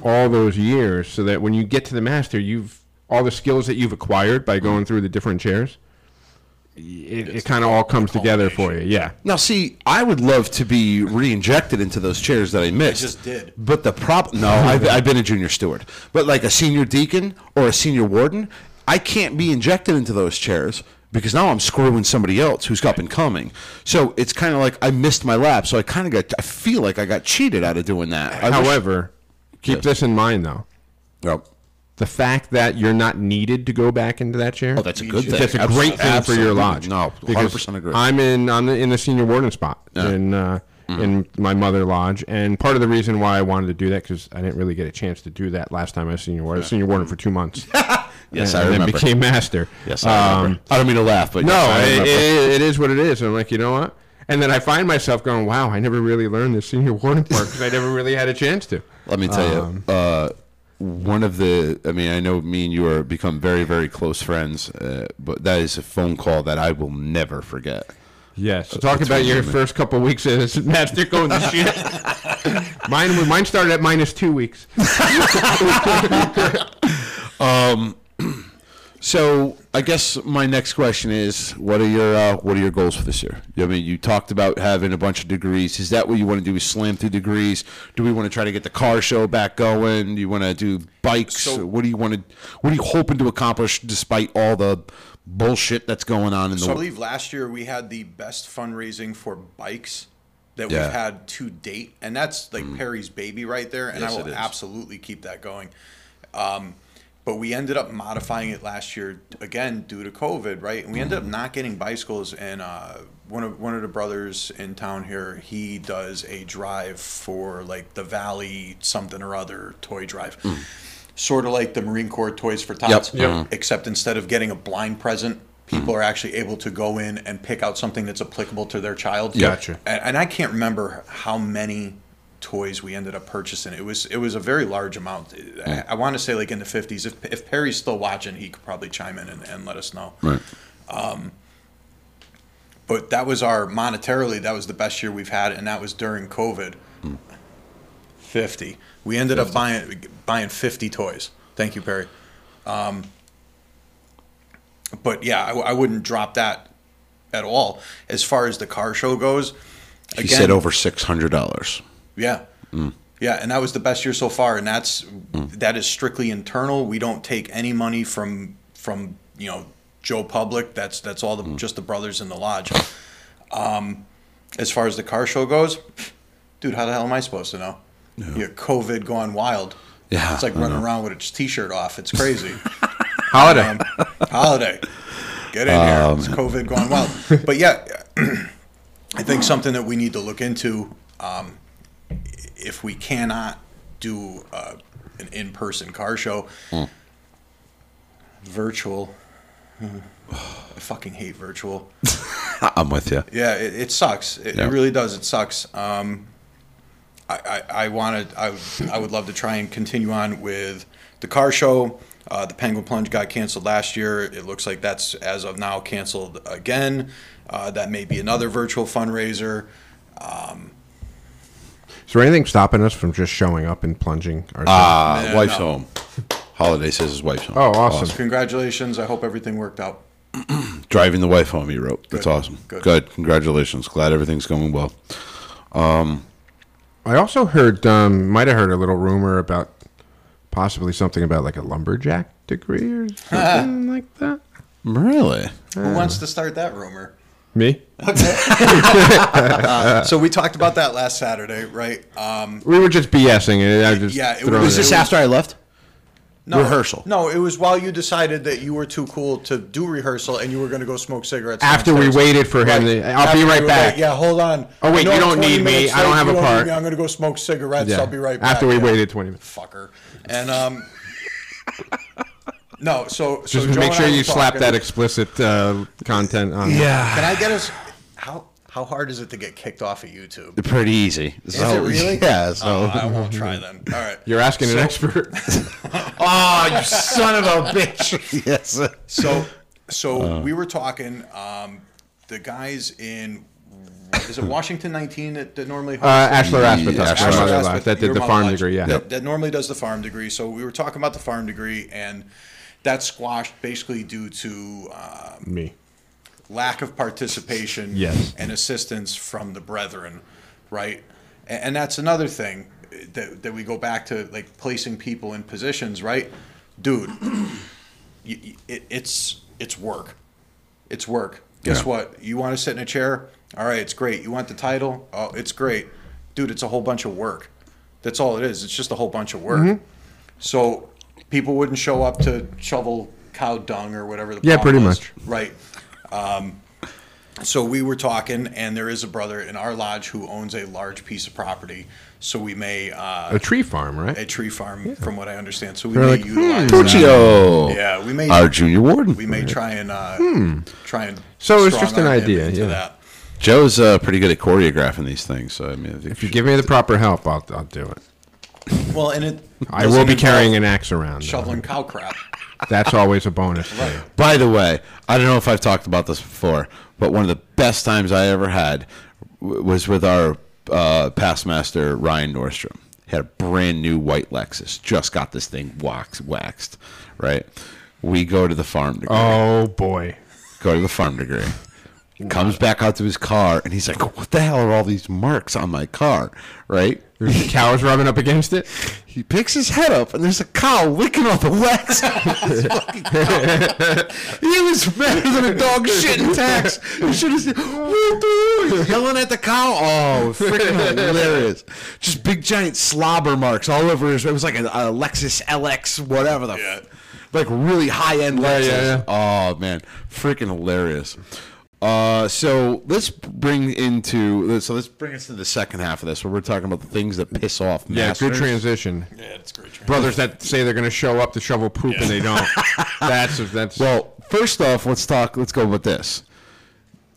all those years so that when you get to the master, you've all the skills that you've acquired by going through the different chairs. It, it kind of all comes together for you. Yeah.
Now, see, I would love to be reinjected into those chairs that I missed.
just did.
But the problem, no, I've, I've been a junior steward, but like a senior deacon or a senior warden, I can't be injected into those chairs because now I'm screwing somebody else who's up and coming. So it's kind of like I missed my lap. So I kind of got, I feel like I got cheated out of doing that. I wish- Oh,
However, keep this in mind though.
Yep.
The fact that you're not needed to go back into that chair.
oh, that's a good thing.
That's a great thing for your lodge.
No, hundred
because
percent agree.
I'm in I'm in the senior warden spot in uh,
Mm-hmm.
in my mother lodge, and part of the reason why I wanted to do that because I didn't really get a chance to do that last time I was senior warden. I was Senior warden for two months.
Yes,
and,
I
and
remember.
Then became master. Um,
yes, I remember. Um, I don't mean to laugh, but yes,
No,
I
it,
remember.
it, it is what it is. And I'm like, you know what? And then I find myself going, wow, I never really learned the senior warden part because I never really had a chance to.
Let me tell you, uh, one of the, I mean, I know me and you are become very, very close friends, uh, but that is a phone call that I will never forget.
Yes. So talk about your first couple weeks as master going to shit. mine, mine started at minus two weeks.
So I guess my next question is, what are your uh, what are your goals for this year? I mean, you talked about having a bunch of degrees. Is that what you want to do? Is slam through degrees? Do we want to try to get the car show back going? Do you want to do bikes?
So-
what do you want to? What are you hoping to accomplish despite all the bullshit that's going on in the
So I
world?
believe last year we had the best fundraising for bikes that
Yeah. Hmm.
we've had to date, and that's like Perry's baby right there. And
Yes,
I
it is.
will absolutely keep that going. Um, but we ended up modifying it last year again due to COVID, right? And we ended
Hmm.
up not getting bicycles. And uh, one of one of the brothers in town here, he does a drive for like the Valley something or other toy drive.
Hmm.
Sort of like the Marine Corps Toys for Tots,
Yep. Mhm.
except instead of getting a blind present, people are actually able to go in and pick out something that's applicable to their child.
Gotcha.
And, and I can't remember how many toys we ended up purchasing. It was it was a very large amount. I, I want to say like in the fifties. If if Perry's still watching, he could probably chime in and, and let us know.
Right.
But that was our monetarily. That was the best year we've had, and that was during COVID. Fifty. We ended up buying buying fifty toys. Thank you, Perry. Um, but yeah, I, w- I wouldn't drop that at all. As far as the car show goes,
He said over six hundred dollars.
yeah,
Mm.
yeah, and that was the best year so far, and that's that is strictly internal. We don't take any money from from you know Joe Public. That's that's all
Mm.
the just the brothers in the lodge. Um, as far as the car show goes, dude, how the hell am I supposed to know? You got COVID gone wild.
Yeah,
it's like
I
running around with its t-shirt off. It's crazy.
Holiday.
Um, holiday. Get in
Um,
here. It's COVID going wild. But yeah, I think something that we need to look into um, if we cannot do uh, an in person car show, virtual. I fucking hate virtual.
I'm with you.
Yeah, it, it sucks. It,
Yeah.
it really does. It sucks. Um, I, I, I wanted. I, would- I would love to try and continue on with the car show. Uh, the Penguin Plunge got canceled last year. It looks like that's as of now canceled again. Uh, that may be another virtual fundraiser.
Is there anything stopping us from just showing up and plunging ourselves?
Uh,
Man,
wife's
no.
home. Holiday says his wife's home.
oh, awesome.
Congratulations! I hope everything worked out.
Driving the wife home, he wrote. That's
Good.
awesome. Good.
Good.
Congratulations. Glad everything's going well.
I also heard, um, might have heard a little rumor about possibly something about like a lumberjack degree or something like that.
Really?
Who wants to start that rumor?
Me?
So we talked about that last Saturday, right? Um,
We were just BSing. It. I just
Yeah, it
throwing
Was
it.
was-
this after I left?
no,
Rehearsal.
No, it was while you decided that you were too cool to do rehearsal and you were going to go smoke cigarettes
after we
downstairs.
waited for him. to- I'll
After
be
we
right
were
back.
late. Yeah, hold on.
Oh, wait,
I know
you
it's
don't
20
need me.
minutes
I don't
late.
have
You
a part.
need me. I'm gonna go smoke cigarettes.
Yeah.
I'll be right back.
After we
Yeah.
waited 20 minutes.
fucker. And um, no. So
Just
so Joe
make
and
sure
I
you
were
slap
talking.
that explicit uh, content on. Yeah.
Can I get us? How How hard is it to get kicked off of YouTube?
Pretty easy. Is
it really?
Yeah. So.
Oh, I won't try then. All right.
You're asking an expert.
Oh, you son of a bitch! yes.
So, so
Uh.
we were talking. Um, the guys in is it Washington 19 that, that normally
Uh, Ashler
Yeah,
Aspatas,
Ashler
my mother
Aspen,
lodge, that did
your
the
mom
farm
lodge,
degree. Yeah,
that, that normally does the farm degree. So we were talking about the farm degree, and that squashed basically due to uh,
me.
lack of participation
Yes.
and assistance from the brethren, right? A- And, that's another thing that, that we go back to, like placing people in positions, right? Dude, you, you- it, it's it's work. It's work. Guess
Yeah.
what? You want to sit in a chair? All right, it's great. You want the title? Oh, it's great, dude. It's a whole bunch of work. That's all it is. It's just a whole bunch of work. So people wouldn't show up to shovel cow dung or whatever. The
Yeah,
problem
pretty
was,
much.
Right. Um, so we were talking, and there is a brother in our lodge who owns a large piece of property. So we may uh,
A tree farm,
a
right?
tree farm, from what I understand. So we
They're
may
like, hmm,
utilize that.
Puccio,
Yeah, we may
our junior warden.
we may try and uh, try and
Hmm. So it's
strong
just an
arm him
idea,
into
yeah.
that.
Joe's uh, pretty good at choreographing these things, so I mean,
If you give me the proper help, I'll, I'll do it.
Well, and it
I will be
doesn't
carrying
involve
an axe around. though.
shoveling cow crap.
That's always a bonus.
Right.
By the way, I don't know if I've talked about this before, but one of the best times I ever had w- was with our uh, past master Ryan Nordstrom. He had a brand new white Lexus, just got this thing wax waxed, right? We go to the farm degree.
Oh boy.
Go to the farm degree. Comes back out to his car, and he's like, "What the hell are all these marks on my car?" Right?
There's the cows rubbing up against it.
He picks his head up, and there's a cow licking off the wax. His fucking cow. he was better than a dog shit in tax. You should have seen. What the hell?" He's yelling at the cow. Oh, freaking hilarious! Just big giant slobber marks all over his. It was like a, a Lexus LX, whatever the,
Yeah.
f- like really high end Lexus.
yeah,
Oh man, freaking hilarious. Uh, so let's bring into so let's bring us to the second half of this where we're talking about the things that piss off.
Yeah, good
masters.
transition.
Yeah, it's a great. Train.
Brothers that say they're going to show up to shovel poop and they don't. That's that's
Well, first off, let's talk. Let's go with this.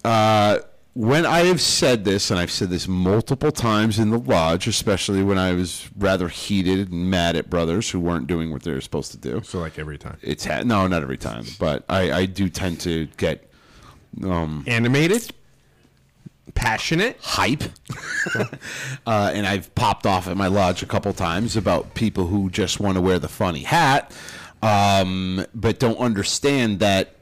Uh, when I have said this, and I've said this multiple times in the lodge, especially when I was rather heated and mad at brothers who weren't doing what they were supposed to do.
so like every time.
It's ha- no, not every time, but I, I do tend to get
Animated, passionate.
hype, uh, and I've popped off at my lodge a couple times about people who just want to wear the funny hat, um, but don't understand that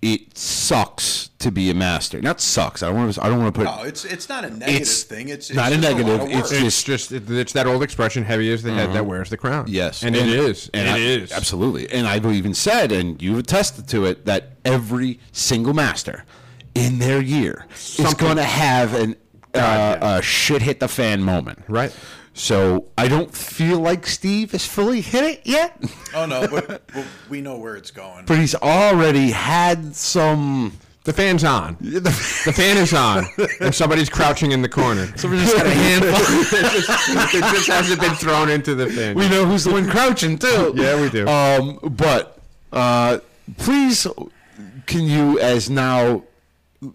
it sucks to be a master. Not sucks. I don't want to. I don't want to put.
No, it's it's not a negative
It's
thing. It's, it's
not a
just lot
negative,
of
it's
work.
just-
It's just it- it's that old expression: "Heavy is the head that wears the crown."
Yes,
Mm-hmm. and, it is.
and
it
I-
is
absolutely. And I've even said, and you've attested to it, that every single master in their year is
Something.
going to have an uh,
God, yeah.
a shit hit the fan moment,
Right.
So I don't feel like Steve has fully hit it yet,
oh no, but, but we know where it's going.
but he's already had some.
The fan's on. The fan is on, and somebody's crouching in the corner. Somebody's just got a handful. it, just, it just hasn't been thrown into the fan.
We know who's the one crouching too.
Yeah, we do.
Um, but uh, please, can you, as now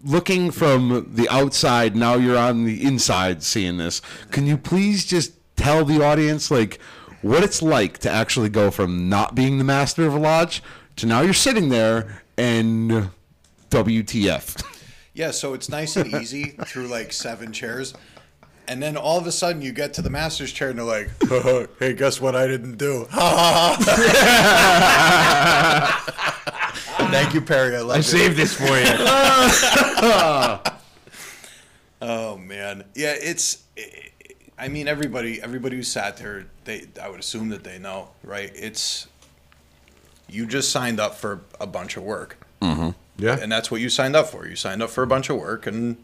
looking from the outside, now you're on the inside seeing this. Can you please just tell the audience like what it's like to actually go from not being the master of a lodge to now you're sitting there and WTF?
Yeah, so it's nice and easy through like seven chairs. And then all of a sudden you get to the master's chair and they're like, hey, guess what I didn't do? Thank you, Perry. I love
I
you.
saved this for you.
Oh man, yeah, it's. I mean, everybody, everybody who sat there, they, I would assume that they know, right? It's. You just signed up for a bunch of work,
yeah.
and that's what you signed up for. You signed up for a bunch of work, and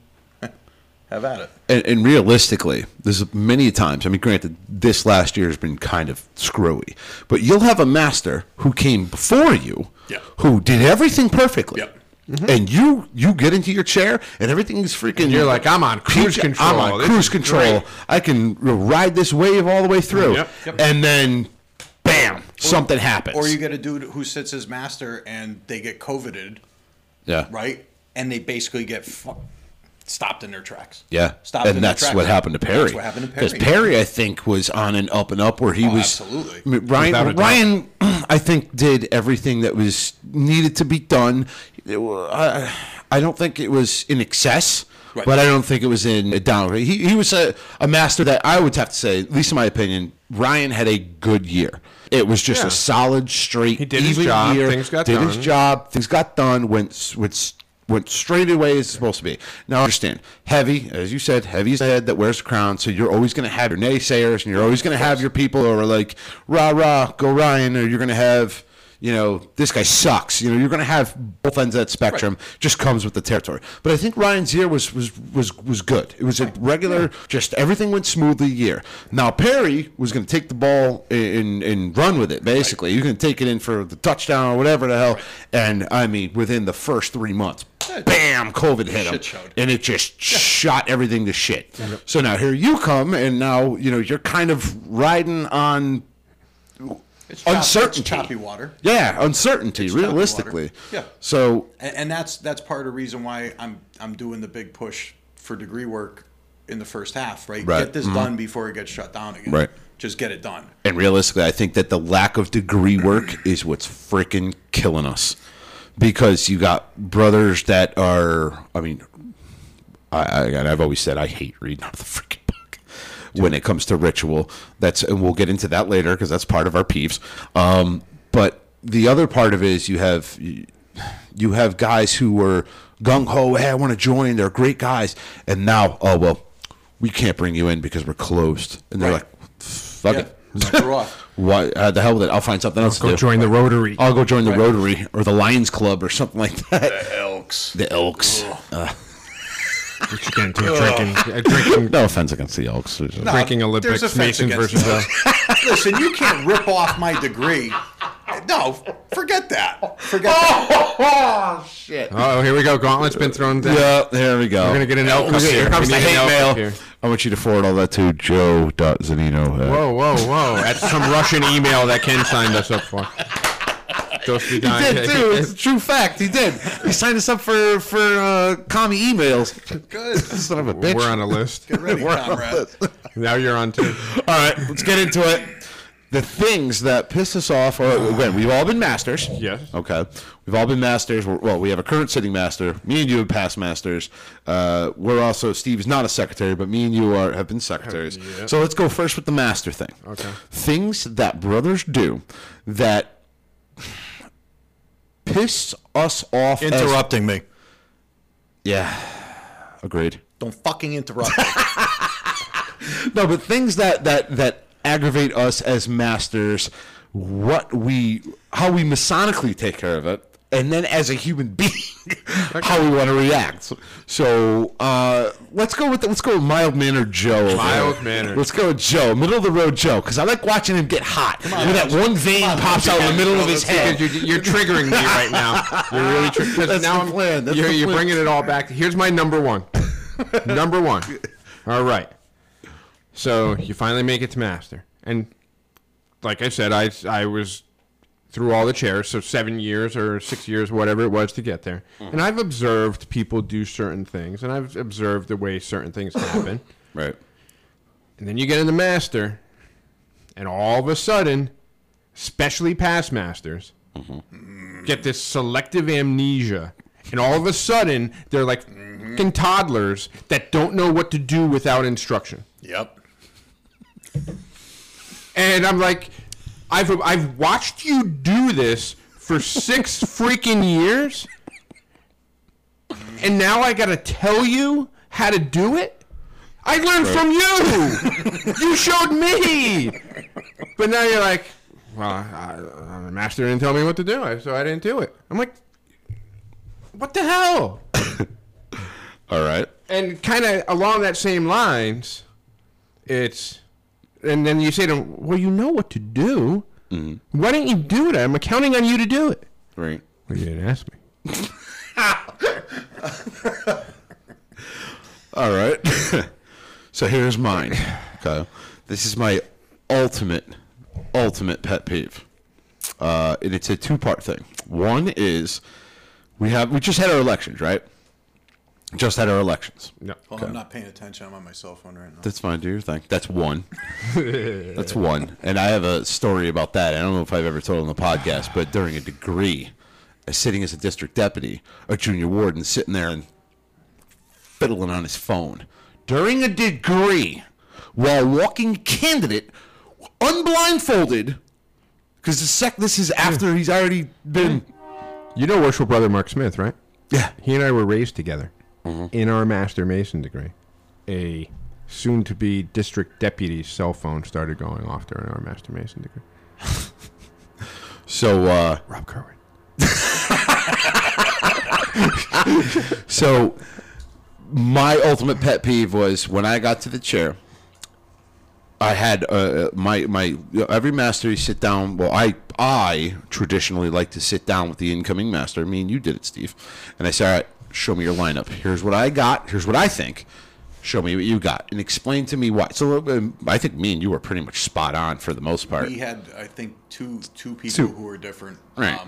have at it.
and, and realistically, there's many times. I mean, granted, this last year has been kind of screwy, but you'll have a master who came before you,
Yeah.
who did everything perfectly,
Yep.
and you you get into your chair and everything's freaking.
Mm-hmm. you're like, "I'm on cruise control.
I'm on
This
cruise
is
control.
great."
I can ride this wave all the way through,
Yep. Yep.
and then, bam, something happens.
Or you get a dude who sits as master, and they get coveted,
yeah,
right? And they basically get fu- stopped in their tracks.
Yeah,
Stopped in
and
their
that's
tracks.
what happened to Perry.
That's what happened to Perry. Oh,
Because Perry, I think, was on an up and up where he was
absolutely.
I mean, Ryan,
Without a doubt.
Ryan, I think, did everything that was needed to be done. It wa- I, I don't think it was in excess,
Right.
but I don't think it was in a down. He, he was a, a master that I would have to say, at least in my opinion, Ryan had a good year. It was just
Yeah.
a solid, straight,
He did his
even
job,
year,
things got
did his
done.
job. Things got done. Went s- went s- went straight away as it's supposed to be. Now understand, heavy as you said, heavy is the head that wears the crown. So you're always going to have your naysayers, and you're always going to have your people who are like rah rah go Ryan, or you're going to have you know this guy sucks. You know you're going to have both ends of that spectrum. Just comes with the territory. But I think Ryan's year was was was was good. It was a regular, just everything went smoothly year. Now Perry was going to take the ball and and run with it. Basically, you can take it in for the touchdown or whatever the hell. And I mean, within the first three months, bam, COVID hit him,
Shit showed.
and it just shot everything to shit. So now here you come, and now you know you're kind of riding on
It's chop- it's
uncertainty,
choppy water.
Yeah, uncertainty.
choppy water.
realistically,
Yeah.
So
and, and that's that's part of the reason why I'm I'm doing the big push for degree work in the first half, right?
Right. Mm-hmm.
Get this done before it gets shut down again.
Right.
Just get it done.
And realistically, I think that the lack of degree work is what's freaking killing us. Because you got brothers that are, I mean, I, I, and I've always said I hate reading out of the freaking book when it comes to ritual. That's and we'll get into that later because that's part of our peeves. Um, but the other part of it is you have you have guys who were gung ho. Hey, I want to join. They're great guys, and now oh well, we can't bring you in because we're closed. And they're
Right.
like, fuck
Yeah.
it.
Screw off.
Why uh, the hell with it? I'll find something else to
Go
do.
join the Rotary.
I'll go join the Rotary or the Lions Club or something like that.
The Elks.
The Elks.
Which again, to a drinking, a drinking,
No offense against the Elks.
drinking
Uh, there's
Olympics,
offense
Mason
against
versus
the
uh,
Listen, you can't rip off my degree. No, forget that. Forget that.
Oh, here we go. Gauntlet's been thrown down.
Yeah, there we go.
We're gonna get an elk up here.
Here comes
We
the
need an
hate
elk
mail.
up here.
I want you to forward all that to joe.zanino. Uh,
Whoa, whoa, whoa. That's some Russian email that Ken signed us up for. Just be
He
dying.
did too. It's a true fact. He did. He signed us up for for uh, commie emails.
Good.
Son of a bitch.
We're on a list.
Get ready, comrade.
Now you're on two.
All right, let's get into it. The things that piss us off are again, we've all been masters.
Yes.
Okay. We've all been masters. We're, well, we have a current sitting master. Me and you have past masters. Uh, we're also Steve's not a secretary, but me and you are have been secretaries. So let's go first with the master thing.
Okay.
Things that brothers do that piss us off. as-
Interrupting me.
yeah. Agreed.
Don't fucking interrupt. me.
No, but things that that that aggravate us as masters, what we how we masonically take care of it, and then as a human being, how we want to react. So uh, let's go with the, let's go with mild mannered Joe. over here.
Mild-mannered.
Let's go with Joe, middle of the road Joe, because I like watching him get hot. when that one vein pops out in the middle of his head.
You're, you're triggering me right now. You're really triggering.
That's the plan. That's
you're,
the
you're
plan.
bringing it all back. Here's my number one. number one. All right. So you finally make it to master, and like I said, I I was through all the chairs, so seven years or six years, whatever it was, to get there. And I've observed people do certain things, and I've observed the way certain things happen.
Right.
And then you get in the master, and all of a sudden, especially past masters, get this selective amnesia. And all of a sudden, they're like fucking toddlers that don't know what to do without instruction.
yep.
And I'm like, I've, I've watched you do this for six freaking years, and now I gotta tell you how to do it? I learned from you! you showed me! But now you're like, well, I, I, the master didn't tell me what to do, I- so I didn't do it. I'm like, what the hell?
All right.
and kind of along that same lines, it's, and then you say to them, "Well, you know what to do. Why didn't you do it? I'm counting on you to do it."
Right.
Well, you didn't ask me.
All right. so here's mine. Okay. This is my ultimate, ultimate pet peeve. Uh, and it's a two part thing. One is we have we just had our elections, right? Just had our elections.
No.
Well, I'm not paying attention. I'm on my cell phone right now.
That's fine. Do your thing. That's one. That's one. And I have a story about that. I don't know if I've ever told on the podcast, but during a degree, I was sitting as a district deputy, a junior warden, sitting there and fiddling on his phone during a degree while walking candidate, unblindfolded, because the sec this is after he's already been.
You know, worship brother Mark Smith, right?
Yeah.
He and I were raised together in our master mason degree. A soon-to-be district deputy's cell phone started going off during our master mason degree.
So uh,
Rob Kerwin.
So, my ultimate pet peeve was when I got to the chair. I had uh, my my every master you sit down. Well, I I traditionally like to sit down with the incoming master. I mean, you did it, Steve. And I said, "All right, show me your lineup. Here's what I got. Here's what I think. Show me what you got, and explain to me why." So uh, I think me and you were pretty much spot on for the most part.
We had, I think, two two people
Two.
who were different. Um,
Right.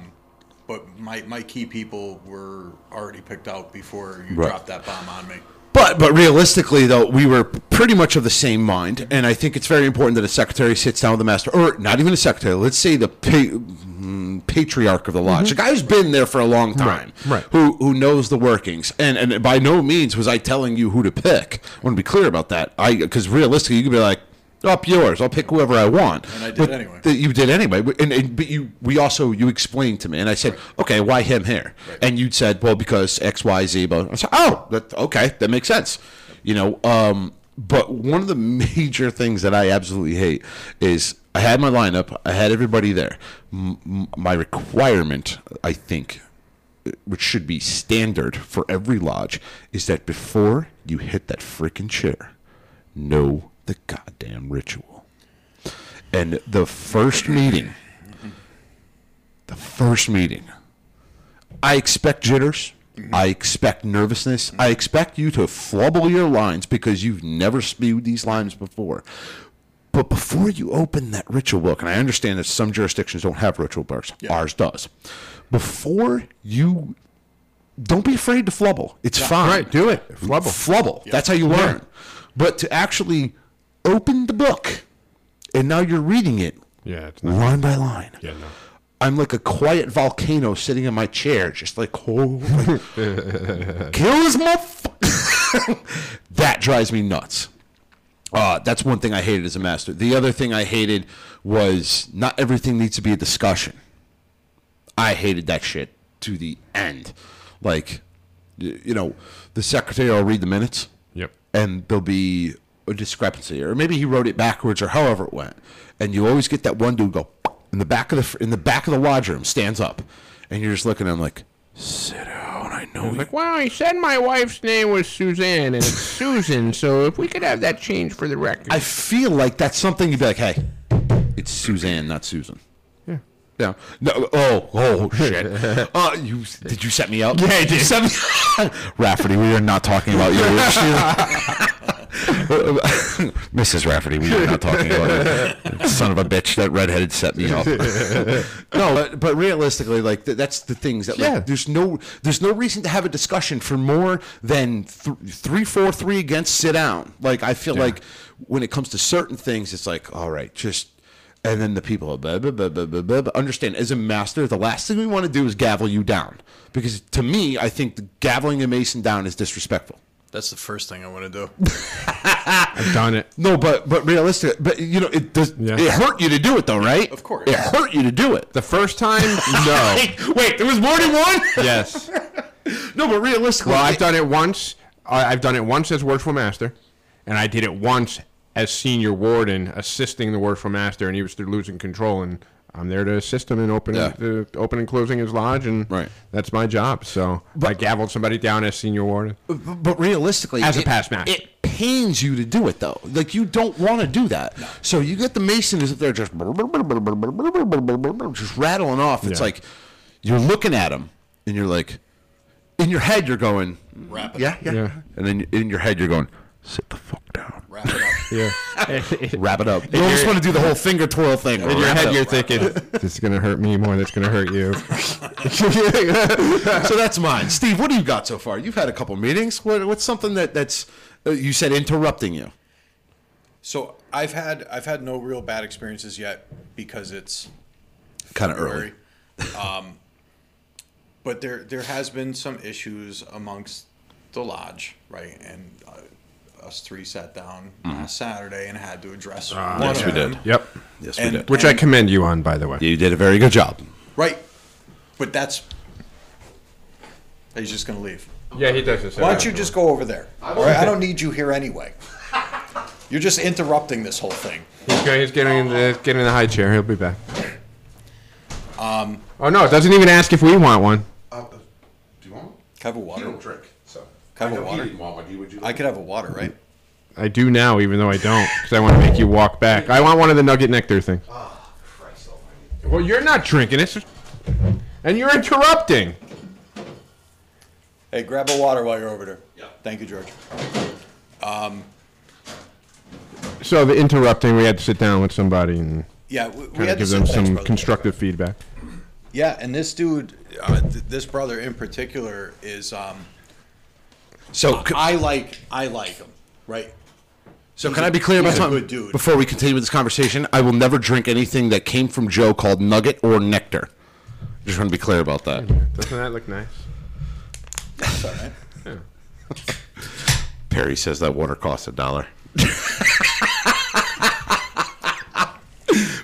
but my, my key people were already picked out before you
Right.
dropped that bomb on me.
But but realistically though, we were pretty much of the same mind, and I think it's very important that a secretary sits down with the master, or not even a secretary. Let's say the pa- mm, patriarch of the lodge, a guy who's been there for a long time,
Mm-hmm. right.
Who who knows the workings, and and by no means was I telling you who to pick. I want to be clear about that. I because realistically, you could be like. Up yours. I'll pick whoever I want.
And I did
But
anyway.
the- you did anyway. But- And, and but you, we also you explained to me, and I said, okay, why him here? And you'd said, well, because X, Y, Z. But I said, oh, that, okay, that makes sense. You know, um, but one of the major things that I absolutely hate is I had my lineup, I had everybody there. M- m- my requirement, I think, which should be standard for every lodge, is that before you hit that freaking chair, know the goddamn ritual. And the first meeting, the first meeting, I expect jitters. I expect nervousness. I expect you to flubble your lines because you've never spewed these lines before. But before you open that ritual book, and I understand that some jurisdictions don't have ritual books, ours does. Before you, don't be afraid to flubble. It's fine.
Right, do it.
Flubble. Flubble. That's how you learn. But to actually open the book, and now you're reading it
Yeah, it's not.
line by line.
Yeah, no.
I'm like a quiet volcano sitting in my chair, just like, oh, like, kill this motherfucker. that drives me nuts. Uh, that's one thing I hated as a master. The other thing I hated was not everything needs to be a discussion. I hated that shit to the end. Like, y- you know, the secretary will read the minutes
Yep.
and there'll be a discrepancy, or maybe he wrote it backwards, or however it went. And you always get that one dude go in the back of the in the back of the lodge room, stands up, and you're just looking at him like, sit down. I know you.
Like, well, he said my wife's name was Suzanne, and it's Susan. So if we could have that changed for the record,
I feel like that's something you'd be like, hey, it's Suzanne, not Susan.
yeah.
No, no. Oh, oh, shit. Uh, you did you set me up? Yeah, I did. Set me- Rafferty, we are not talking about you. Mrs. Rafferty, we are not talking about you. Son of a bitch, that redheaded set me up. no, but, but realistically, like th- that's the things that like,
Yeah.
there's no there's no reason to have a discussion for more than th- three, four, three against sit down. Like I feel like when it comes to certain things, it's like all right, just and then the people are blah, blah, blah, blah, blah, blah, blah. understand as a master, the last thing we want to do is gavel you down because to me, I think the gaveling a mason down is disrespectful.
That's the first thing I want to do.
I've done it.
No, but but realistic, but you know it does.
Yeah.
It hurt you to do it though, right?
Of course.
it hurt you to do it.
The first time, no.
Hey, wait, there was more than one.
yes.
no, but realistically,
Well, I've
it-
done it once. I- I've done it once as worshipful master, and I did it once as senior warden assisting the worshipful master, and he was through losing control, and I'm there to assist him in opening,
Yeah.
the, open and closing his lodge, and
Right.
that's my job. So I gavelled somebody down as senior warden.
But, but realistically,
As a
it-
past master.
it pains you to do it though. Like you don't want to do that. So you get the mason is up there just just rattling off. It's
Yeah.
like you're looking at him and you're like, in your head you're going,
Wrap it
yeah,
up.
yeah,
Yeah.
and then in your head you're going, sit the fuck down.
Wrap it up.
Yeah.
Wrap it up. You just want to do the whole finger twirl thing.
In your
Wrap it
head,
up.
you're thinking,
this is gonna hurt me more. That's gonna hurt you.
so that's mine. Steve, what do you got so far? You've had a couple meetings. What, what's something that that's uh, you said interrupting you?
So I've had I've had no real bad experiences yet because it's
Kind of early.
February. Um, but there there has been some issues amongst the lodge, right? And uh, us three sat down last Saturday and had to address one
yes,
of
we
them.
did.
Yep.
Yes,
And-
we did.
Which I commend you on, by the way.
You did a very good job.
Right, but that's he's just gonna leave.
Yeah, he does this.
Why don't you just go over there? All right, I don't need you here anyway. You're just interrupting this whole thing.
He's, go- he's getting in the getting in the high chair. He'll be back. Um. Oh no! It doesn't even ask if we want one.
do you want?
Can I have a water?
drink, so
Can I have a water?
want one. Would you?
I could have a water, right?
I do now, even though I don't, because I want to make you walk back. I want one of the nugget nectar things. Well, you're not drinking. It's just- and you're interrupting.
Hey, grab a water while you're over there. Yeah. Thank you, George.
So the interrupting, we had to sit down with somebody and
Yeah, we, we
kind of
had
give
to
them
sit next
some
brother.
constructive feedback.
Yeah, and this dude, uh, th- this brother in particular, is um,
So, c-
I like I like him, right?
so can I be clear about
he's a
something
good dude.
before we continue with this conversation? I will never drink anything that came from Joe called Nugget or Nectar. Just want to be clear about that.
Doesn't that look nice?
It's all right.
Perry says that water costs a dollar.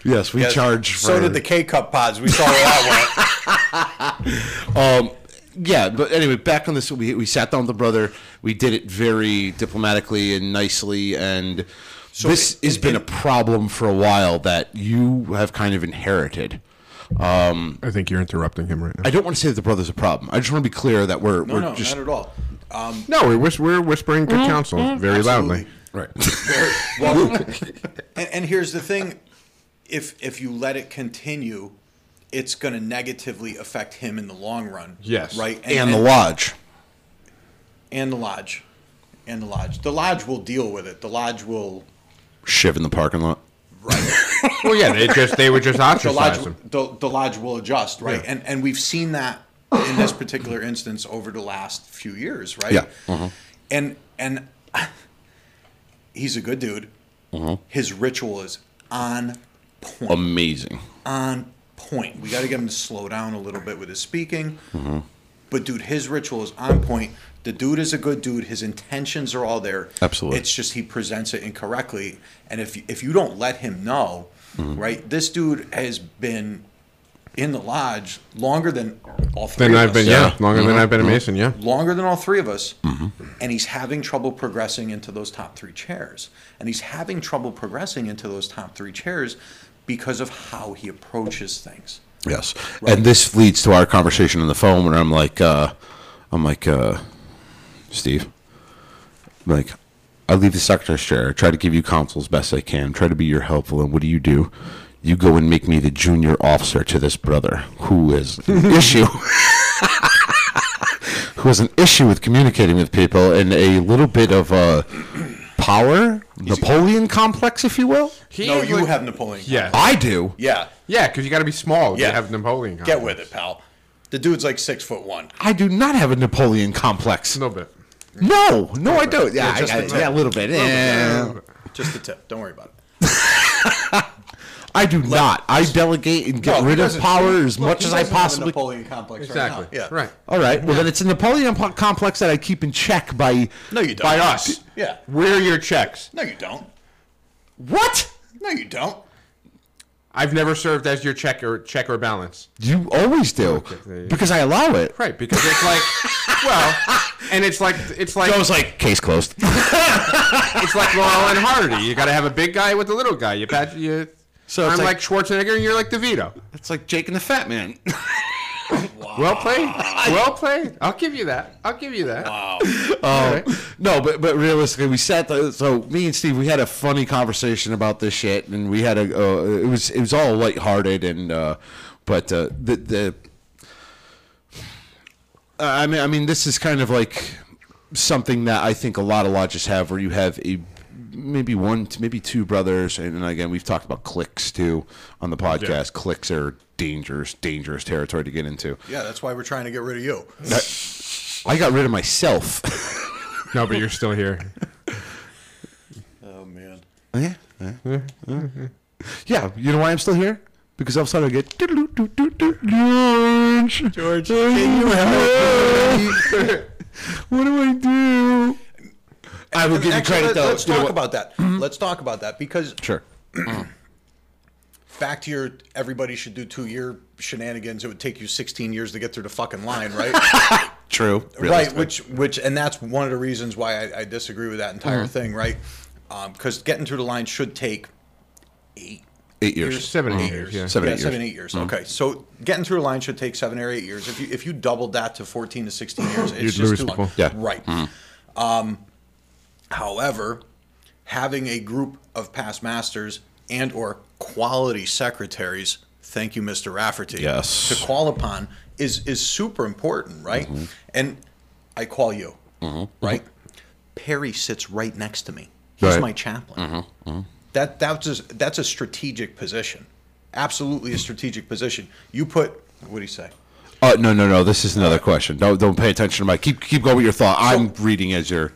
yes, we
Yes.
charge. For,
So did the K cup pods. We saw where that went.
Um, yeah, but anyway, back on this, we, we sat down with the brother. We did it very diplomatically and nicely, and this has been a problem for a while that you have kind of inherited.
I think you're interrupting him right now.
I don't want to say that the brother's a problem. I just want to be clear that we're
No,
we're
no,
just
not at all. Um,
no, we're, whis- we're whispering to counsel very loudly.
absolutely.
right.
Well, and, and here's the thing: if if you let it continue, it's going to negatively affect him in the long run.
Yes.
Right.
and the lodge.
and the lodge, and the lodge. The lodge will deal with it. The lodge will.
Shiv in the parking lot.
Well, yeah, they just they would just
the lodge,
ostracize him.
the, the lodge will adjust, right?
Yeah.
And and we've seen that in this particular instance over the last few years, right?
Yeah.
And and he's a good dude. His ritual is on point.
Amazing.
on point. We got to get him to slow down a little bit with his speaking. But dude, his ritual is on point. The dude is a good dude. His intentions are all there.
Absolutely.
It's just he presents it incorrectly, and if if you don't let him know, right? This dude has been in the lodge longer than all three.
Then
of
I've
us.
been yeah, Mm-hmm. longer than I've been a mason. Yeah,
Longer than all three of us,
Mm-hmm.
and he's having trouble progressing into those top three chairs. And he's having trouble progressing into those top three chairs because of how he approaches things.
Yes, and this leads to our conversation on the phone where I'm like, uh, I'm like, uh, Steve, I'm like, I leave the secretary's chair. I try to give you counsel as best I can. Try to be your helpful. And what do you do? You go and make me the junior officer to this brother who is an issue, who has an issue with communicating with people and a little bit of uh, power, Napoleon complex, if you will.
no, you have Napoleon.
Yeah,
I do.
Yeah.
yeah, because you got to be small. Yeah,
Yeah.
you have Napoleon.
Get with it, pal. The dude's like six foot one.
I do not have a Napoleon complex.
a little bit.
No, no, I don't. Yeah,
just
I, I,
the tip.
yeah, a little bit. Eh.
Just a tip. Don't worry about it.
I do not. I delegate and get
No, he
rid of
doesn't-
power as
Look,
much
he
as I
doesn't have a
possibly.
Napoleon complex.
Exactly.
Right. Now. Yeah.
Right.
All right. Well, then it's a Napoleon po- complex that I keep in check by.
No, you don't.
By us.
Yeah.
We're your checks.
No, you don't.
What?
No, you don't.
I've never served as your check or check or balance.
You always do
there you go.
because I allow it.
Right, because it's like well and it's like it's like
was like, case closed.
it's like Laurel and Hardy. You gotta have a big guy with a little guy. You pat you
So it's
I'm like,
like-
Schwarzenegger and you're like DeVito.
it's like Jake and the Fat Man.
Well played. Well played. I'll give you that. I'll give you that. Oh.
Wow.
No, but but realistically, we sat there. So me and Steve, we had a funny conversation about this shit, and we had a. Uh, it was it was all lighthearted, and uh, but uh, the the. Uh, I mean, I mean, this is kind of like something that I think a lot of lodges have, where you have a maybe one, t- maybe two brothers, and, and again, we've talked about clicks too on the podcast. Clicks are dangerous, dangerous territory to get into.
Yeah, that's why we're trying to get rid of you.
I got rid of myself.
No, but you're still here.
Oh man.
yeah, yeah, yeah. You know why I'm still here? Because all of a sudden I get George. George, can you help me? what do I do? I will give you
Actually,
credit
let-
though.
Let's
You know
talk
what? Mm-hmm.
about that. Let's talk about that because
sure.
back to your everybody should do two year shenanigans. It would take you 16 years to get through the fucking line, right?
True.
right. Which which and that's one of the reasons why I, I disagree with that
Mm-hmm.
entire thing, right? Because getting through the line should take eight
Eight years.
Seven eight years. Yeah.
Seven,
yeah,
eight
seven
years.
eight years. Okay, so getting through a line should take seven or eight years. If you if you doubled that to fourteen to sixteen years, it's
You'd
just
lose
too
people.
long.
Yeah. Mm-hmm.
Right. Um, however, having a group of past masters and or quality secretaries, thank you, Mr. Rafferty,
Yes. Mm-hmm.
to call upon is is super important, right? And I call you, right? Perry sits right next to me. He's
Right.
my chaplain. That that's a, that's a strategic position. Absolutely a strategic position. You put what do you say?
Uh, no, no, no. This is another question. Don't don't pay attention to my. Keep keep going with your thought. I'm reading as you're.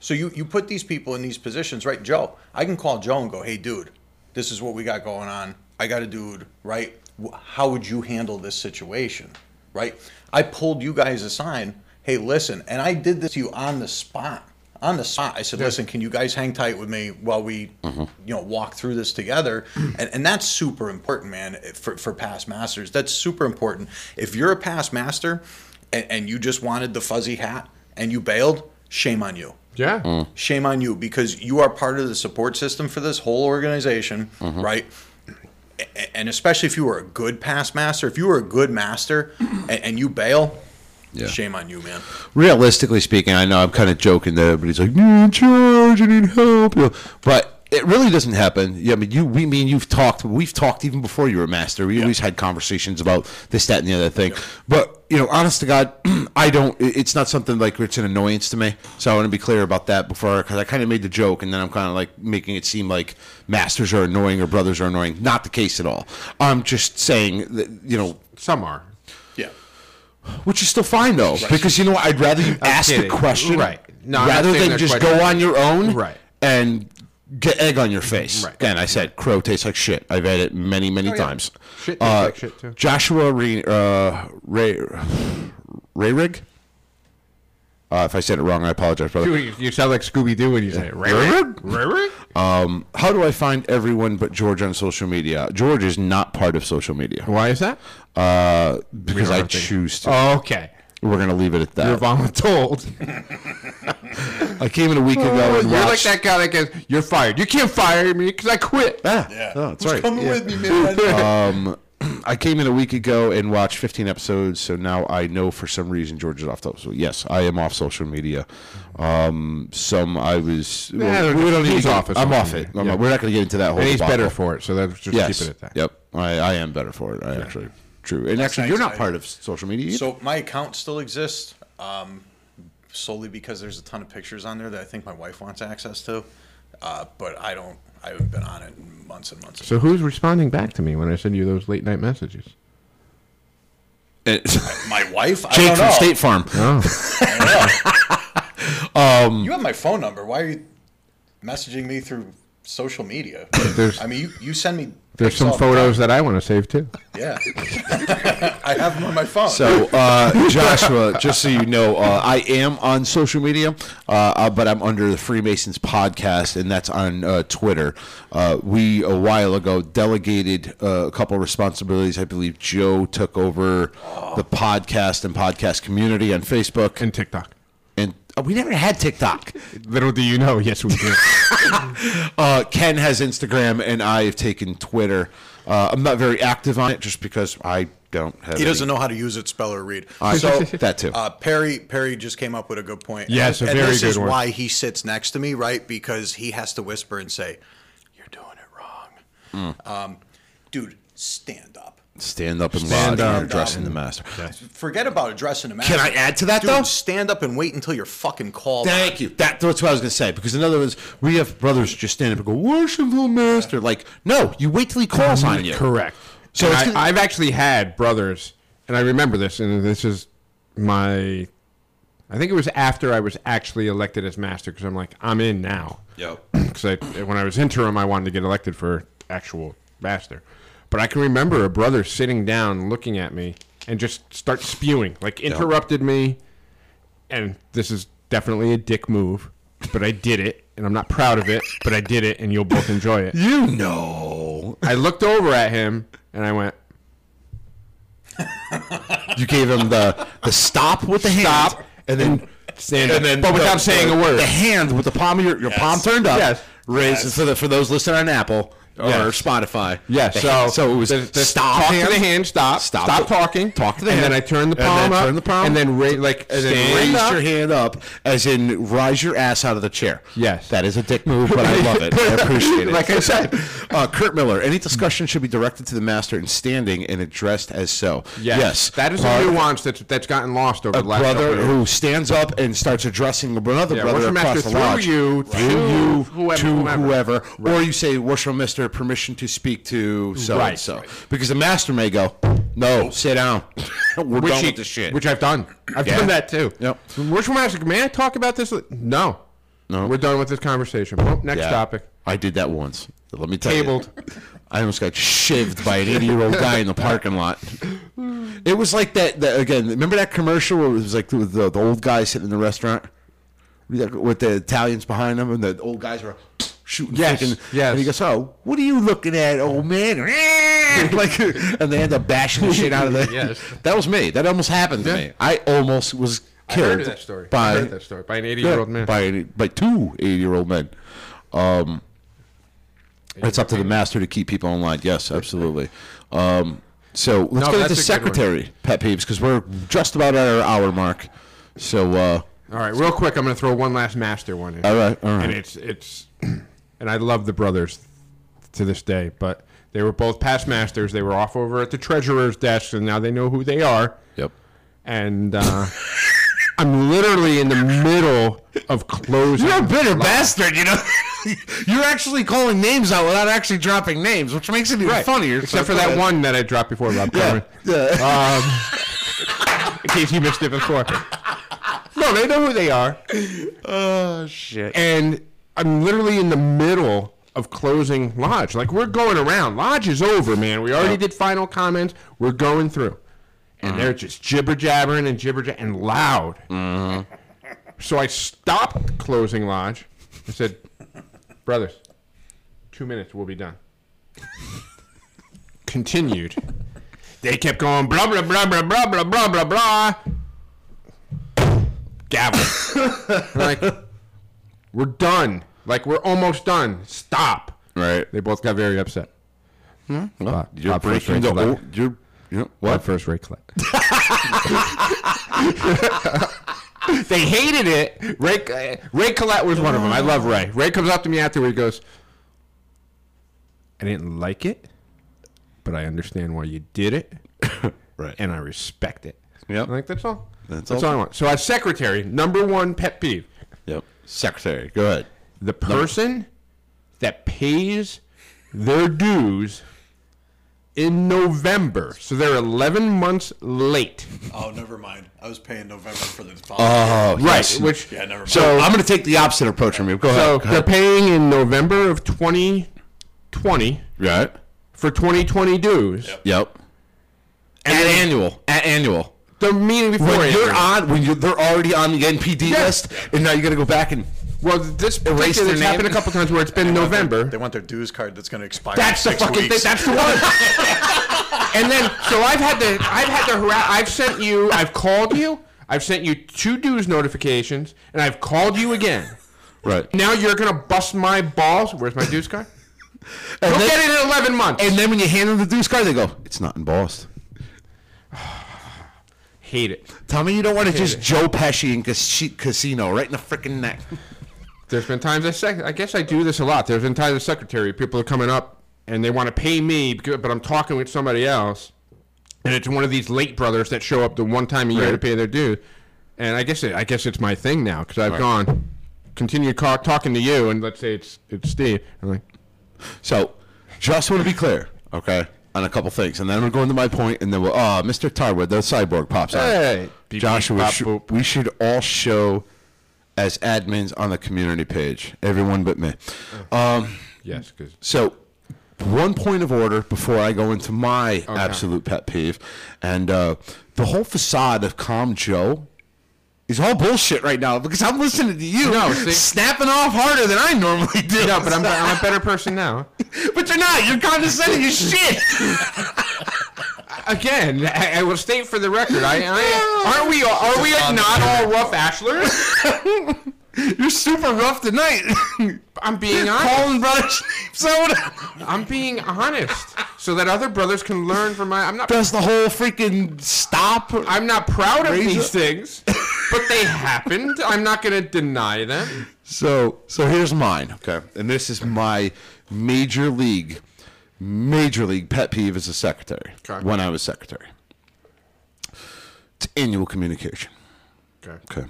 So you you put these people in these positions, right? Joe, I can call Joe and go, "Hey, dude, this is what we got going on. I got a dude, right? Wh- How would you handle this situation, right? I pulled you guys aside. Hey, listen, and I did this to you on the spot. On the spot, I said, "Listen, can you guys hang tight with me while we, you know, walk through this together?" And, and that's super important, man, eh, for for past masters. That's super important. If you're a past master, and, and you just wanted the fuzzy hat and you bailed, shame on you
Yeah.
shame on you because you are part of the support system for this whole organization,
Mm-hmm.
right? A- And especially if you were a good past master, if you were a good master and, and you bail, shame on you, man.
realistically speaking, I know I'm kind of joking there, but he's like, "Yeah, George, I need help," you know, but it really doesn't happen. Yeah, I mean, you, we mean you've talked, we've talked even before you were a master. We always had conversations about this, that, and the other thing. But you know, honest to God, I don't. it- It's not something like it's an annoyance to me. So I want to be clear about that before, because I kind of made the joke, and then I'm kind of like making it seem like masters are annoying or brothers are annoying. Not the case at all. I'm just saying that you know
Some are.
Yeah.
which is still fine though, because you know what? I'd rather you ask
kidding.
the question,
Right. No, I'm not
rather
saying
than
they're
just
questions.
go on your own,
Right. Mm-hmm.
and get egg on your face.
Right. Oh,
Again, I said crow tastes like shit. I've had it many, many
yeah.
times. Uh,
Shit tastes like shit, too.
Joshua Re- uh, Ray Rayrig. Uh, if I said it wrong, I apologize, brother.
Dude, you- you sound like Scooby Doo when you say it. Railroad? Railroad?
How do I find everyone but George on social media? George is not part of social media
Why is that?
uh, because
are
I
thinking-
choose to.
Okay.
We're gonna leave it at that.
You're voluntold.
I came in a week ago
Oh, You're
and
like
watched-
that guy that goes, You're fired. You can't fire me because I quit.
Yeah,
Yeah.
No, that's
Who's
right.
coming with me, man? Uh,
I came in a week ago and watched 15 episodes, so now I know for some reason George is off social. Yes, I am off social media. Um, some I was. well,
they're
we
just-
don't need
he's
to-
off of
I'm
social
off it.
media.
I'm
Yeah.
off- We're not going to get into that whole.
And he's
debacle.
better for it, so let's just
Yes.
keep it at that.
Yep. I, I am better for it. I actually true. And actually,
nice,
you're not
I-
part of social media. either.
so my account still exists um, solely because there's a ton of pictures on there that I think my wife wants access to, uh, but I don't. I haven't been on it in months and months.
So who's responding back to me when I send you those late night messages?
my wife? I
Jake
don't know.
from State Farm.
Oh.
You have my phone number. Why are you messaging me through social media?
There's-
I mean, you, you send me.
There's some photos that I want to save too.
Yeah, I have them on my phone.
So, uh, Joshua, just so you know, uh, I am on social media, uh, uh, but I'm under the Freemasons podcast, and that's on uh, Twitter. Uh, we a while ago delegated uh, a couple responsibilities. I believe Joe took over the podcast and podcast community on Facebook, and,
And TikTok.
uh, we never had TikTok.
Little do you know, yes we do.
Uh, Ken has Instagram, and I have taken Twitter. Uh, I'm not very active on it just because I don't have.
he doesn't know how to use it, spell or read.
so
so
that too.
uh, Perry Perry just came up with a good point.
Yes,
and,
a very
and this
good
is
one.
why he sits next to me, right? Because he has to
Mm.
whisper and say, "You're doing it wrong, um, dude. Stand up."
Stand up and
Stand
stand
up.
up. addressing the master.
Forget about addressing a master.
Can I add to that,
Dude,
though?
Stand up and wait until you're fucking called.
Thank you. That, that's what I was going to say. Because in other words, we have brothers just stand up and go, "Worshipful master." Like, no, you wait till he calls on you.
Correct.
So
So
it's gonna-
I, I've actually had brothers, and I remember this, and this is my. I think it was after I was actually elected as master because I'm like, I'm in now.
Yep.
Because I, when I was interim, I wanted to get elected for actual master. But I can remember a brother sitting down, looking at me, and just start spewing, like interrupted me. And this is definitely a dick move, but I did it, and I'm not proud of it, but I did it, and you'll both enjoy it.
You know,
I looked over at him and I went,
you gave him the the stop with the
stop,
hand,
and then stand up,
and then
but without
the-
saying a word.
The hand with the palm of your, your palm turned up.
Yes.
Raised
Yes.
for the for those listening on Apple or
Yes.
Spotify.
yeah,
The
so
hand- so it was
the- the
stop
talk
hand,
to the hand, stop,
Stop
stop,
the-
talking,
talk to the
and
hand,
then I turn the
and then
palm up,
turn the palm,
and then ra- like and then
Raise
raised
your hand up, as in rise your ass out of the chair.
Yes.
that is a dick move, but I love it. I appreciate it.
Like I said.
uh, Kurt Miller. Any discussion should be directed to the master in standing and addressed as so.
Yes, that is
Part-
a nuance that's that's gotten lost over
a
the last
brother
couple of years.
who stands up and starts addressing another
Yeah,
brother
worship
across
master
the
through
lodge.
you,
through
to
you,
whoever-
to whoever,
whomever.
or you say, "Worship master, permission to speak to so and
Right.
so," because the master may go, "No, sit down. We're
which
done
he-
with this shit."
which I've done. I've
Yeah.
done that too.
Yep.
Which one? Asked, May I talk about this? No.
No.
We're done with this conversation. Boom, next
Yeah.
topic.
I did that once. Let me tell
Tabled.
you. I almost got shivved by an 80 year old guy in the parking lot. It was like that, that again. Remember that commercial where it was like with the, the old guy sitting in the restaurant with the Italians behind him and the old guys were shooting.
Yes,
freaking-
yes.
And he goes, Oh, what are you looking at, old man? like, and they end up bashing the shit out of the.
Yes.
That was me. That almost happened to me. I almost was
I
killed.
heard that story.
By,
I heard that story by an 80 year old man.
by an- by two 80 year old men. Um, it's up to the master to keep people in line. Yes, absolutely. Um, so let's
No,
go
that's
into
a good one.
secretary pet peeves because we're just about at our hour mark. So uh,
All right, real quick, I'm going to throw one last master one in.
all right, all
and
right.
it's it's and I love the brothers to this day, but they were both past masters. They were off over at the treasurer's desk, and now they know who they are.
Yep.
And uh, I'm literally in the middle of closing.
You're a bitter bastard. You know, you're actually calling names out without actually dropping names, which makes it even
Right.
funnier.
except for that one that I dropped before Rob
Yeah.
Cameron. in case you missed it before. no, they know who they are.
oh shit.
and I'm literally in the middle of closing lodge. Like we're going around. Lodge is over, man. We already did final comments. We're going through, and
Mm-hmm.
they're just jibber jabbering and jibber jab- and loud.
Mm-hmm.
So I stopped closing lodge. I said, "Brothers, two minutes, we'll be done." Continued. They kept going blah blah blah blah blah blah blah blah blah. Gavel. I'm like. We're done. Like we're almost done. Stop.
Right.
They both got very upset. Bob-
You're
Bob first
breaking
rate
the.
collect.
old- You're. You know, oh, what?
Bob first rate collect. they hated it. Ray uh, Ray Collette was one of them. I love Ray. Ray comes up to me afterward. He goes, "I didn't like it, but I understand why you did it,
Right.
and I respect it."
Yep.
I'm like that's all.
That's
That's,
all.
all. I want. So, as secretary, number one pet peeve.
Yep. Secretary. Go ahead.
the person that pays their dues in November. So they're 11 months late.
Oh, never mind. I was paying November for this podcast.
Oh, yes.
Which
yeah, never mind.
So I'm going to take the opposite approach from you. Go
so
ahead.
they're paying in November of 2020
Right.
for 2020 dues.
Yep.
Yep. at annual. At annual.
The meeting before
When you're
annual.
on, when you they're already on the NPD
Yeah.
list, and now you got to go back and
Well,
Erase
this
their
particular it's happened a
name.
couple times where it's been November.
They want their dues card that's going to expire.
That's
in
the
six
fucking thing.
weeks.
That's the one. and then, so I've had to, I've had to harass. I've sent you, I've called you, I've sent you two dues notifications, and I've called you again.
right.
Now you're gonna bust my balls. Where's my dues card?
And
Go
then,
get it in 11 months.
and then when you hand them the deuce card, they go, "It's not embossed."
hate it.
Tell me you don't want to just Joe Pesci in cas- casino right in the freaking neck.
There's been times I sec- I guess I do this a lot. There's been times the secretary people are coming up and they want to pay me, becau- but I'm talking with somebody else. and it's one of these late brothers that show up the one time a year
Right.
to pay their dues. And I guess it, I guess it's my thing now because I've
Right.
gone continued ca- talking to you, and let's say it's it's Steve. I'm like,
So, just want to be clear, okay, on a couple things, and then I'm gonna go into my point, and then we'll. Uh, Mr. Tarwood, the cyborg pops out.
Hey. Beep,
Joshua,
beep,
we
bop,
sh-
boop.
we should all show as admins on the community page. Everyone but me.
yes, because
So, one point of order before I go into my absolute pet peeve, and uh, the whole facade of Calm Joe is all bullshit right now because I'm listening to you
No, see-
snapping off harder than I normally do.
no, but I'm, I'm a better person now.
but you're not. You're condescending as shit.
Again, I, I will state for the record, I, I aren't we all- are we not all rough ashlers?
You're super rough tonight.
I'm being honest.
Calling brothers soda.
I'm being honest, so that other brothers can learn from my. I'm not.
Does the whole freaking stop?
I'm not proud of
Raise
these things, but they happened. I'm not going to deny them.
So so here's mine. Okay, and this is my major league, major league pet peeve as a secretary.
Okay.
When I was secretary, it's annual communication.
Okay.
Okay.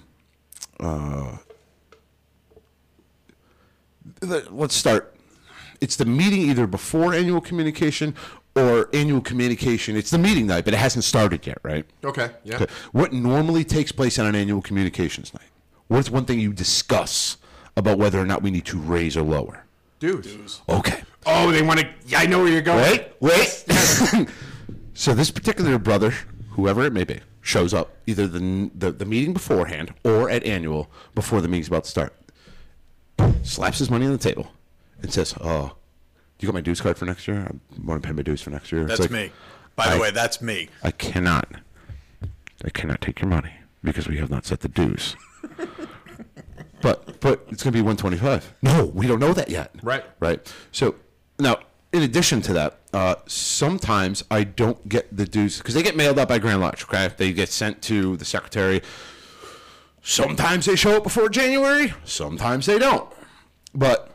Uh, th- let's start. It's the meeting either before annual communication or annual communication. It's the meeting night, but it hasn't started yet, right?
Okay. Yeah.
Okay. What normally takes place on an annual communications night? What's one thing you discuss about whether or not we need to raise or lower?
Dudes.
Okay.
Oh, they want to. I know where you're going.
Wait, wait. so this particular brother, whoever it may be, shows up either the, the the meeting beforehand or at annual before the meeting's about to start. Slaps his money on the table and says, "Oh, you got my dues card for next year? I want to pay my dues for next year." It's
That's
like,
me. By
I-
the way, that's me.
I cannot. I cannot take your money because we have not set the dues. but but it's going to be 125. No, we don't know that yet.
Right.
Right. So now, in addition to that, uh, sometimes I don't get the dues because they get mailed out by Grand Lodge. Okay, they get sent to the secretary. Sometimes they show up before January. Sometimes they don't. But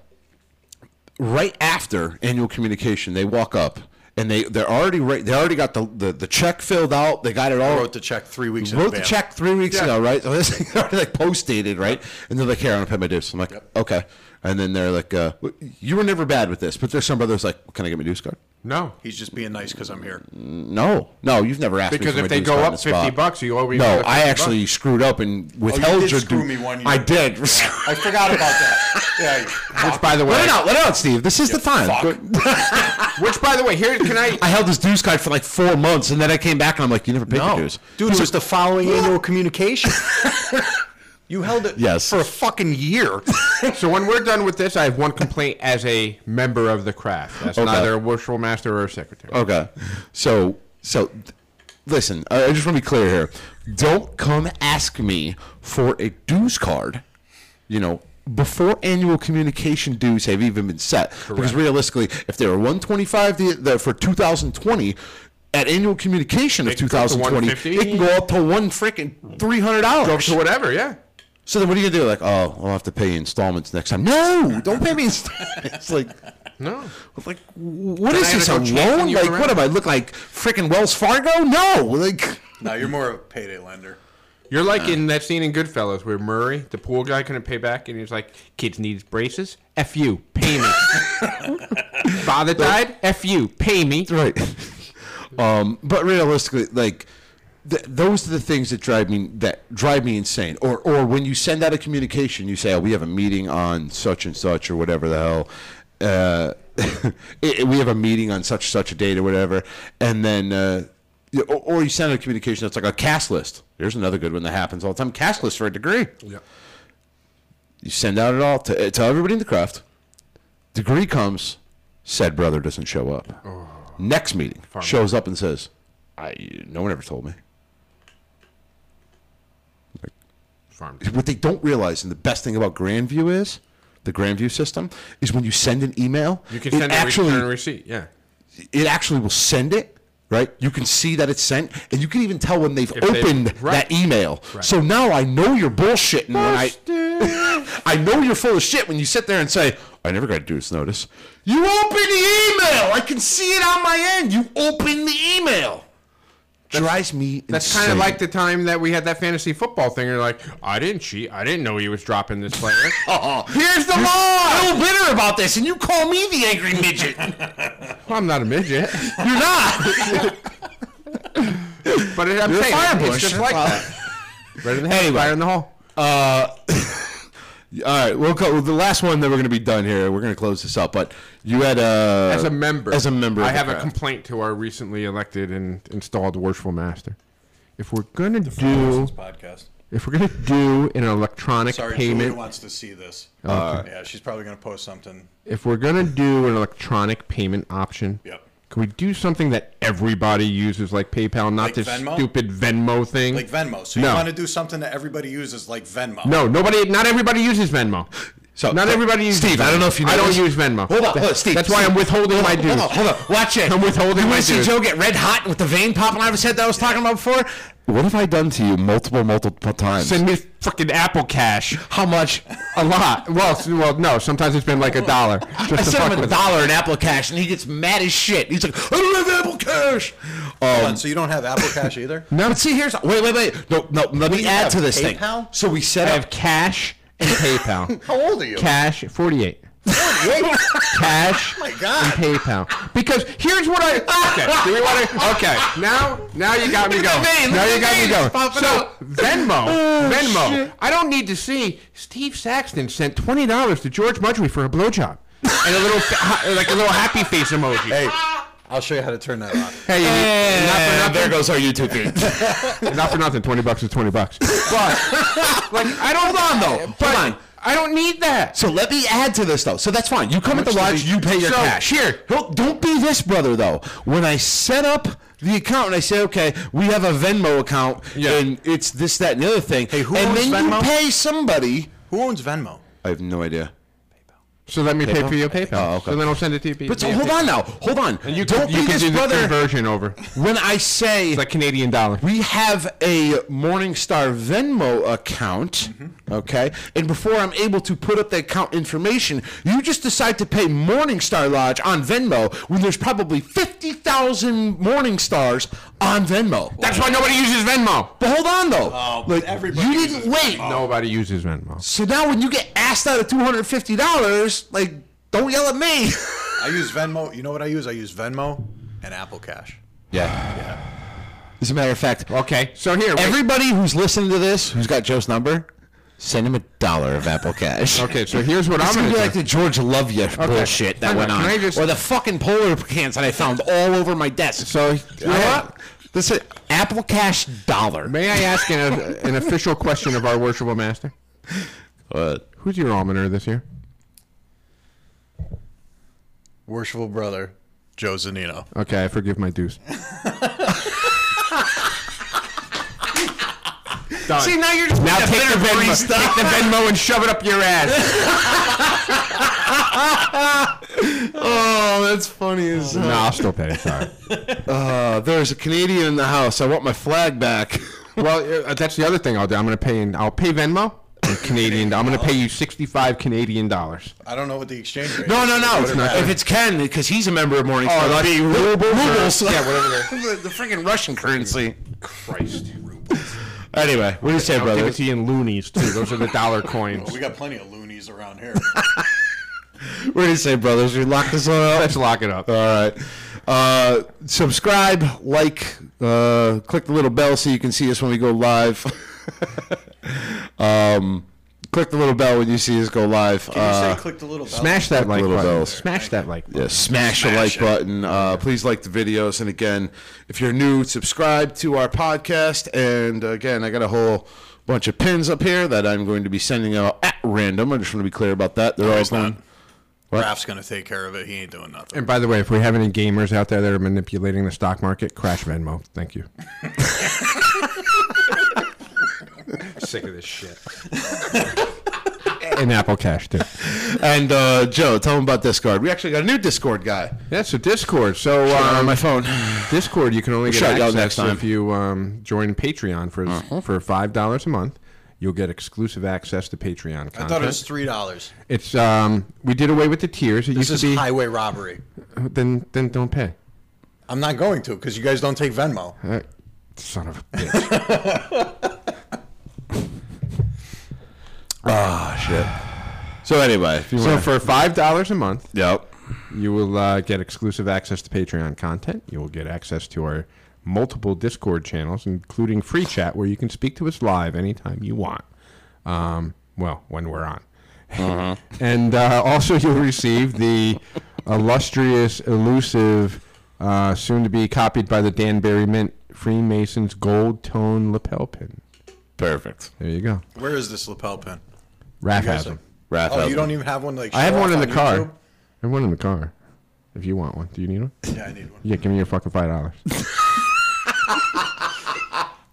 right after annual communication, they walk up and they they're already right. They already got the, the the check filled out. They got it all.
Wrote the check three weeks in
Wrote the
advance.
check three weeks ago, right? So this thing already like post dated, right? And they're like, "Here, I'm gonna pay my dues." I'm like, "Okay." And then they're like, uh, "W- "You were never bad with this," but there's some brothers like, "Can I get my dues card?"
No.
He's just being nice because I'm here.
No, no, you've never asked me
Because
for my
if they
dues
go
card on
up
the
50
spot.
bucks, you owe me
No,
another Oh,
I
50
actually screwed up and withheld
did
your
screw
due-
me one year.
I did.
I forgot about that. Yeah.
Which, by the
let
way,
it out, let it out, Steve. This is the time. Go-
which, by the way, here can I?
I held this dues card for like four months, and then I came back and I'm like, you never paid your dues.
Dude, it was the following annual communication. you held it
Yes.
for a fucking year.
So when we're done with this, I have one complaint as a member of the craft. That's
Okay.
neither a worshipful master or a secretary.
Okay, so so th- listen, I, I just want to be clear here. Don't come ask me for a dues card. You know. Before annual communication dues have even been set, because realistically, if they were 125 the, the, for 2020, at annual communication of
It can go up to
2020, it
150.
can go up to one freaking 300 dollars.
So whatever, yeah.
So then, what are you gonna do? Like, oh, I'll have to pay you installments next time. No, don't pay me installments. like,
No.
like, what
I
is
gotta
this a
go chasing
loan?
you
Like, what
around.
am I look like? Freaking Wells Fargo? No, like,
no, you're more of a payday lender.
You're
Uh.
like in that scene in Goodfellas where Murray, the pool guy, couldn't pay back, and he's like, "Kids needs braces. F you, pay me. Father died. F you, pay me."
right. um, but realistically, like, th- those are the things that drive me that drive me insane. Or, or when you send out a communication, you say, oh, we have a meeting on such and such or whatever the hell. Uh, it, it- we have a meeting on such such a date or whatever, and then. Uh, yeah, or, or you send out a communication that's like a cast list. Here's another good one that happens all the time: cast list for a degree.
Yeah.
You send out it all to, to everybody in the craft. Degree comes, said brother doesn't show up. Next meeting shows up and says, "I no one ever told me."
Farm.
What they don't realize, and the best thing about Grandview is the Grandview system is when you send an email,
You can
it
send a
actually
return receipt. Yeah.
it actually will send it. Right, you can see that it's sent, and you can even tell when they've
they-
opened
right.
that email. So now I know you're bullshitting when I, I know you're full of shit when you sit there and say, I never got a dues notice. You open the email. I can see it on my end. You open the email. drives me
That's kind of like the time that we had that fantasy football thing. You're like, I didn't cheat. I didn't know he was dropping this player.
Oh.
Here's the law.
I'm bitter about this, and you call me the angry midget.
Well, I'm not a midget,
You're not.
but it, I'm saying
fire
it's
bush.
just like
Well-
that. Right in the head,
Anyway.
fire in the hole.
All right, we'll go. The last one that we're going to be done here. We're going to close this up. But you had a
As a member,
Uh, As a member, of
I
the
have a
crowd.
complaint to our recently elected and installed worshipful master. If we're gonna do,
This podcast.
if we're gonna do an electronic
Sorry, Julia
payment
wants to see this. yeah, she's probably going to post something.
if we're going to do an electronic payment option,
Yep.
can we do something that everybody uses like PayPal, not
Like
this
Venmo?
stupid Venmo thing?
Like Venmo. So
No.
you want to do something that everybody uses, like Venmo.
no, nobody, not everybody uses Venmo.
So
not
so-
everybody uses
Steve, I don't know if you. Know
I don't
this.
use Venmo.
Hold on, hold on, Steve.
That's why I'm
Steve.
withholding my dues.
Hold on, hold on. Watch it.
I'm withholding
You
my
want to see
dues.
Joe get red hot with the vein popping out of his head that I was talking about before? What have I done to you multiple, multiple times?
Send me freaking Apple Cash.
How much?
A lot. Well, s- well, no. Sometimes it's been like a dollar. Just
I
to
sent
fuck
him a
with
dollar in Apple Cash, and he gets mad as shit. He's like, "I don't have Apple Cash."
Oh,
Hold on, so you don't have Apple Cash either?
No, but see, here's wait, wait, wait. No, no. Let me add
have,
to this thing.
PayPal?
So we set
I
up.
have cash and PayPal.
How old are you?
Cash, forty-eight. Cash
my God.
and PayPal. Because here's what I okay. Do we want to? Okay, now now you got me
Look at
going.
the vein,
now
look at
you
the vein,
got me going.
it's popping
So
out.
Venmo, Venmo.
shit.
I don't need to see. Steve Saxton sent twenty dollars to George Mudgery for a blowjob and a little fa- like a little happy face emoji.
Hey, I'll show you how to turn that on.
Hey, you-
And
not for
there
nothing.
goes our YouTube feed.
Not for nothing. Twenty bucks is twenty bucks. But like I don't
Hold on, though.
but
Hold on.
I don't need that.
so let me add to this though. So that's fine. You come at the
much do
lodge,
we-
you pay your
So,
cash.
here.
Don't, don't be this brother though. When I set up the account and I say, okay, we have a Venmo account
Yeah.
and it's this, that, and the other thing. Hey,
who
and
owns
then
Venmo?
you pay somebody.
Who owns Venmo?
I have no idea.
So let me pay
PayPal?
for your PayPal.
Oh, okay.
So then I'll send it to you.
But so hold on now. Hold on.
And you
don't
can, you
be
can do
this
the
brother.
conversion over.
When I say
It's like Canadian dollar.
we have a Morningstar Venmo account,
Mm-hmm.
okay? And before I'm able to put up the account information, you just decide to pay Morningstar Lodge on Venmo when there's probably 50,000 Morningstars on Venmo.
That's why nobody uses Venmo.
but hold on though.
Oh,
like,
everybody
you
uses
didn't wait.
Nobody uses Venmo.
So now when you get asked out of $250, like don't yell at me.
I use Venmo. You know what I use? I use Venmo and Apple Cash.
Yeah. As a matter of fact,
Okay, so here. wait.
everybody who's listening to this who's got Joe's number, send him a dollar of Apple Cash.
okay, so here's what I'm
It's gonna
gonna
be like
do.
the George Love You bullshit that
Hang
went
on,
on,
can I just-
or the fucking polar cans that I found all over my desk.
so
you know what? This is Apple Cash dollar.
may I ask an, an official question of our worshipful master?
What?
Who's your almoner this year?
Worshipful brother, Joe Zanino.
Okay, I forgive my dues. Done.
See, now you're just
now
being a
take the,
bitter
Venmo,
barista.
take the Venmo and shove it up your ass.
Oh, that's funny as
no, I'll still pay. Sorry.
uh, There's a Canadian in the house. I want my flag back.
Well, uh, that's the other thing I'll do. I'm gonna pay. In, I'll pay Venmo in Canadian. I'm gonna pay you 65 Canadian dollars.
I don't know what the exchange rate
No,
is.
no, no.
Whatever that
If
is.
it's Ken, because he's a member of Morning
Oh,
Star,
that'd
be
be
rubles.
Yeah, whatever.
the, the freaking Russian currency.
Christ.
Anyway, what do you say,
I'll give
brother?
it to you in loonies too. Those are the dollar coins.
We got plenty of loonies around here.
What do you say, brothers? We lock this one up.
Let's lock it up.
All right. Uh, subscribe, like, uh, click the little bell so you can see us when we go live. um, click the little bell when you see us go live.
Can you
Uh,
say click the little bell?
Smash that like
little
button.
bells.
Smash that like button.
yeah, smash, the like
it.
button. Uh, please like the videos. And again, if you're new, subscribe to our podcast. And again, I got a whole bunch of pins up here that I'm going to be sending out at random. I just want to be clear about that. They're all
he's
going.
not. Raph's gonna take care of it. He ain't doing nothing.
And by the way, if we have any gamers out there that are manipulating the stock market, crash Venmo. Thank you. Sick of this shit. and Apple Cash too.
And uh, Joe, tell them about Discord. We actually got a new Discord guy.
That's a Discord. So
Uh, on
um,
my phone.
Discord, you can only get
shout you out
access
next time. Uh-huh.
if you um, join Patreon for for five dollars a month. You'll get exclusive access to Patreon content.
I thought it was three dollars.
It's um, we did away with the tiers. It
This
used
is
to be
highway robbery.
then then don't pay.
I'm not going to because you guys don't take Venmo.
Uh, Son of a bitch.
Ah, shit. So anyway,
so for five dollars a month,
yep.
You will uh, get exclusive access to Patreon content. You will get access to our multiple Discord channels, including free chat, where you can speak to us live anytime you want. Um, well, when we're on.
Uh-huh.
and uh, also, you'll receive the illustrious, elusive, uh, soon to be copied by the Danbury Mint Freemasons gold tone lapel pin.
Perfect.
There you go.
Where is this lapel pin?
Raph
You guys
has them.
are-
Wrath
Oh, you
Elder.
don't even have one like.
I have
show
one in
off
the
on
car.
YouTube?
I have one in the car. If you want one, do you need one?
Yeah, I need one.
Yeah, give me your fucking five dollars.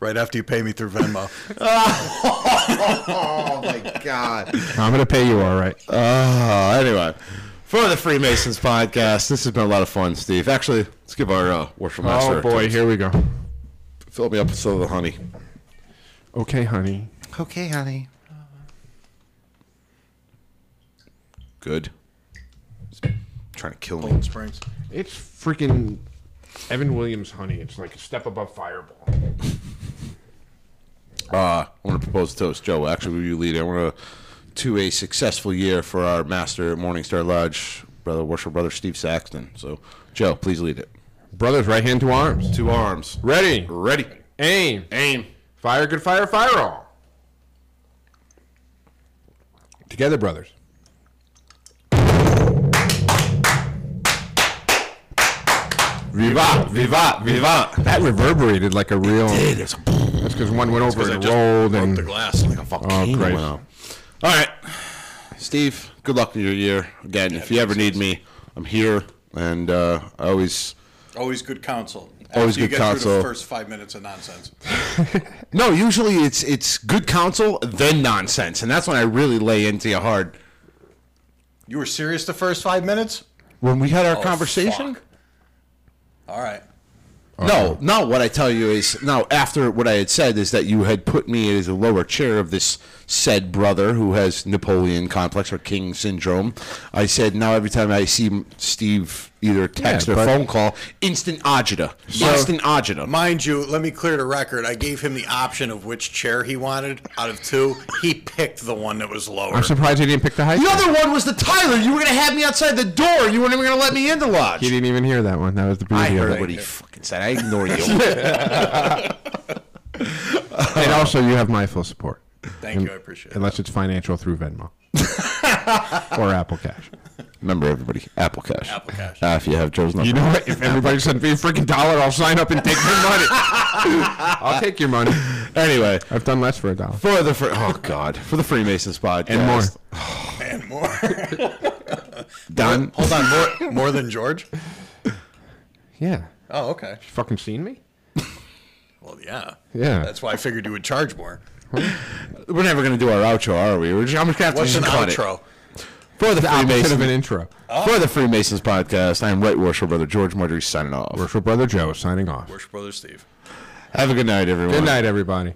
Right after you pay me through Venmo.
Oh my god.
I'm gonna pay you all right.
Uh, anyway, for the Freemasons podcast, this has been a lot of fun, Steve. Actually, let's give our uh, worship master.
Oh boy, here we go.
Fill me up with some of the honey.
Okay, honey.
Okay, honey. Good. trying to kill me.
Golden Springs.
It's freaking Evan Williams honey. It's like a step above fireball.
Uh, I want to propose a toast, Joe. Actually, will you lead? I want to to a successful year for our master at Morningstar Lodge, brother worship brother Steve Saxton. So, Joe, please lead it.
Brothers, right hand to arms.
Two arms.
Ready.
Ready.
Aim.
Aim.
Fire, good fire, fire all. Together, brothers.
Viva, viva, viva.
That reverberated like a real.
It's a
That's because one went over
I
and
just
rolled and.
The glass. Like a
Oh, Christ.
Wow. All right, Steve. Good luck in your year. Again, if you ever need me, I'm here, and uh, I always.
Always good counsel.
Always
After you
good
get Through
counsel.
the first five minutes of nonsense.
No, usually it's it's good counsel then nonsense, and that's when I really lay into you hard.
You were serious the first five minutes?
When we had our
Oh,
conversation.
fuck. All right.
No, no. What I tell you is no. After what I had said is that you had put me as a lower chair of this said brother who has Napoleon complex or King syndrome. I said now every time I see M- Steve either text
Yeah,
or
but-
phone call, instant agita, instant agita.
Mind you, let me clear the record. I gave him the option of which chair he wanted out of two. He picked the one that was lower.
I'm surprised he didn't pick the high.
the other one was the Tyler. You were gonna have me outside the door. You weren't even gonna let me in the lodge.
He didn't even hear that one. That was the beauty
I
of
heard
it.
what he fucking said. I ignore you.
And also, you have my full support.
Thank you. I appreciate it.
Unless it's financial through Venmo or Apple Cash.
Remember, everybody, Apple Cash.
Apple Cash.
Uh, if you have Joe's number,
You know what? If everybody sends me a freaking dollar, I'll sign up and take your money. I'll take your money.
Anyway,
I've done less for a dollar.
for the fr- oh god, for the Freemasons podcast
And more.
And more.
done.
Hold on. More, more than George?
Yeah.
Oh, okay.
You fucking seen me?
Well, yeah.
Yeah.
That's why I figured you would charge more.
We're never gonna do our outro, are we? We're just, I'm just gonna have
What's
to
an
just cut
outro?
it for the
Instead of an
Freemasons.
intro.
For the Freemasons podcast, I am right worship brother George Marjorie signing off.
Worship Brother Joe is signing off.
Worship Brother Steve.
Have a good night, everyone.
Good night, everybody.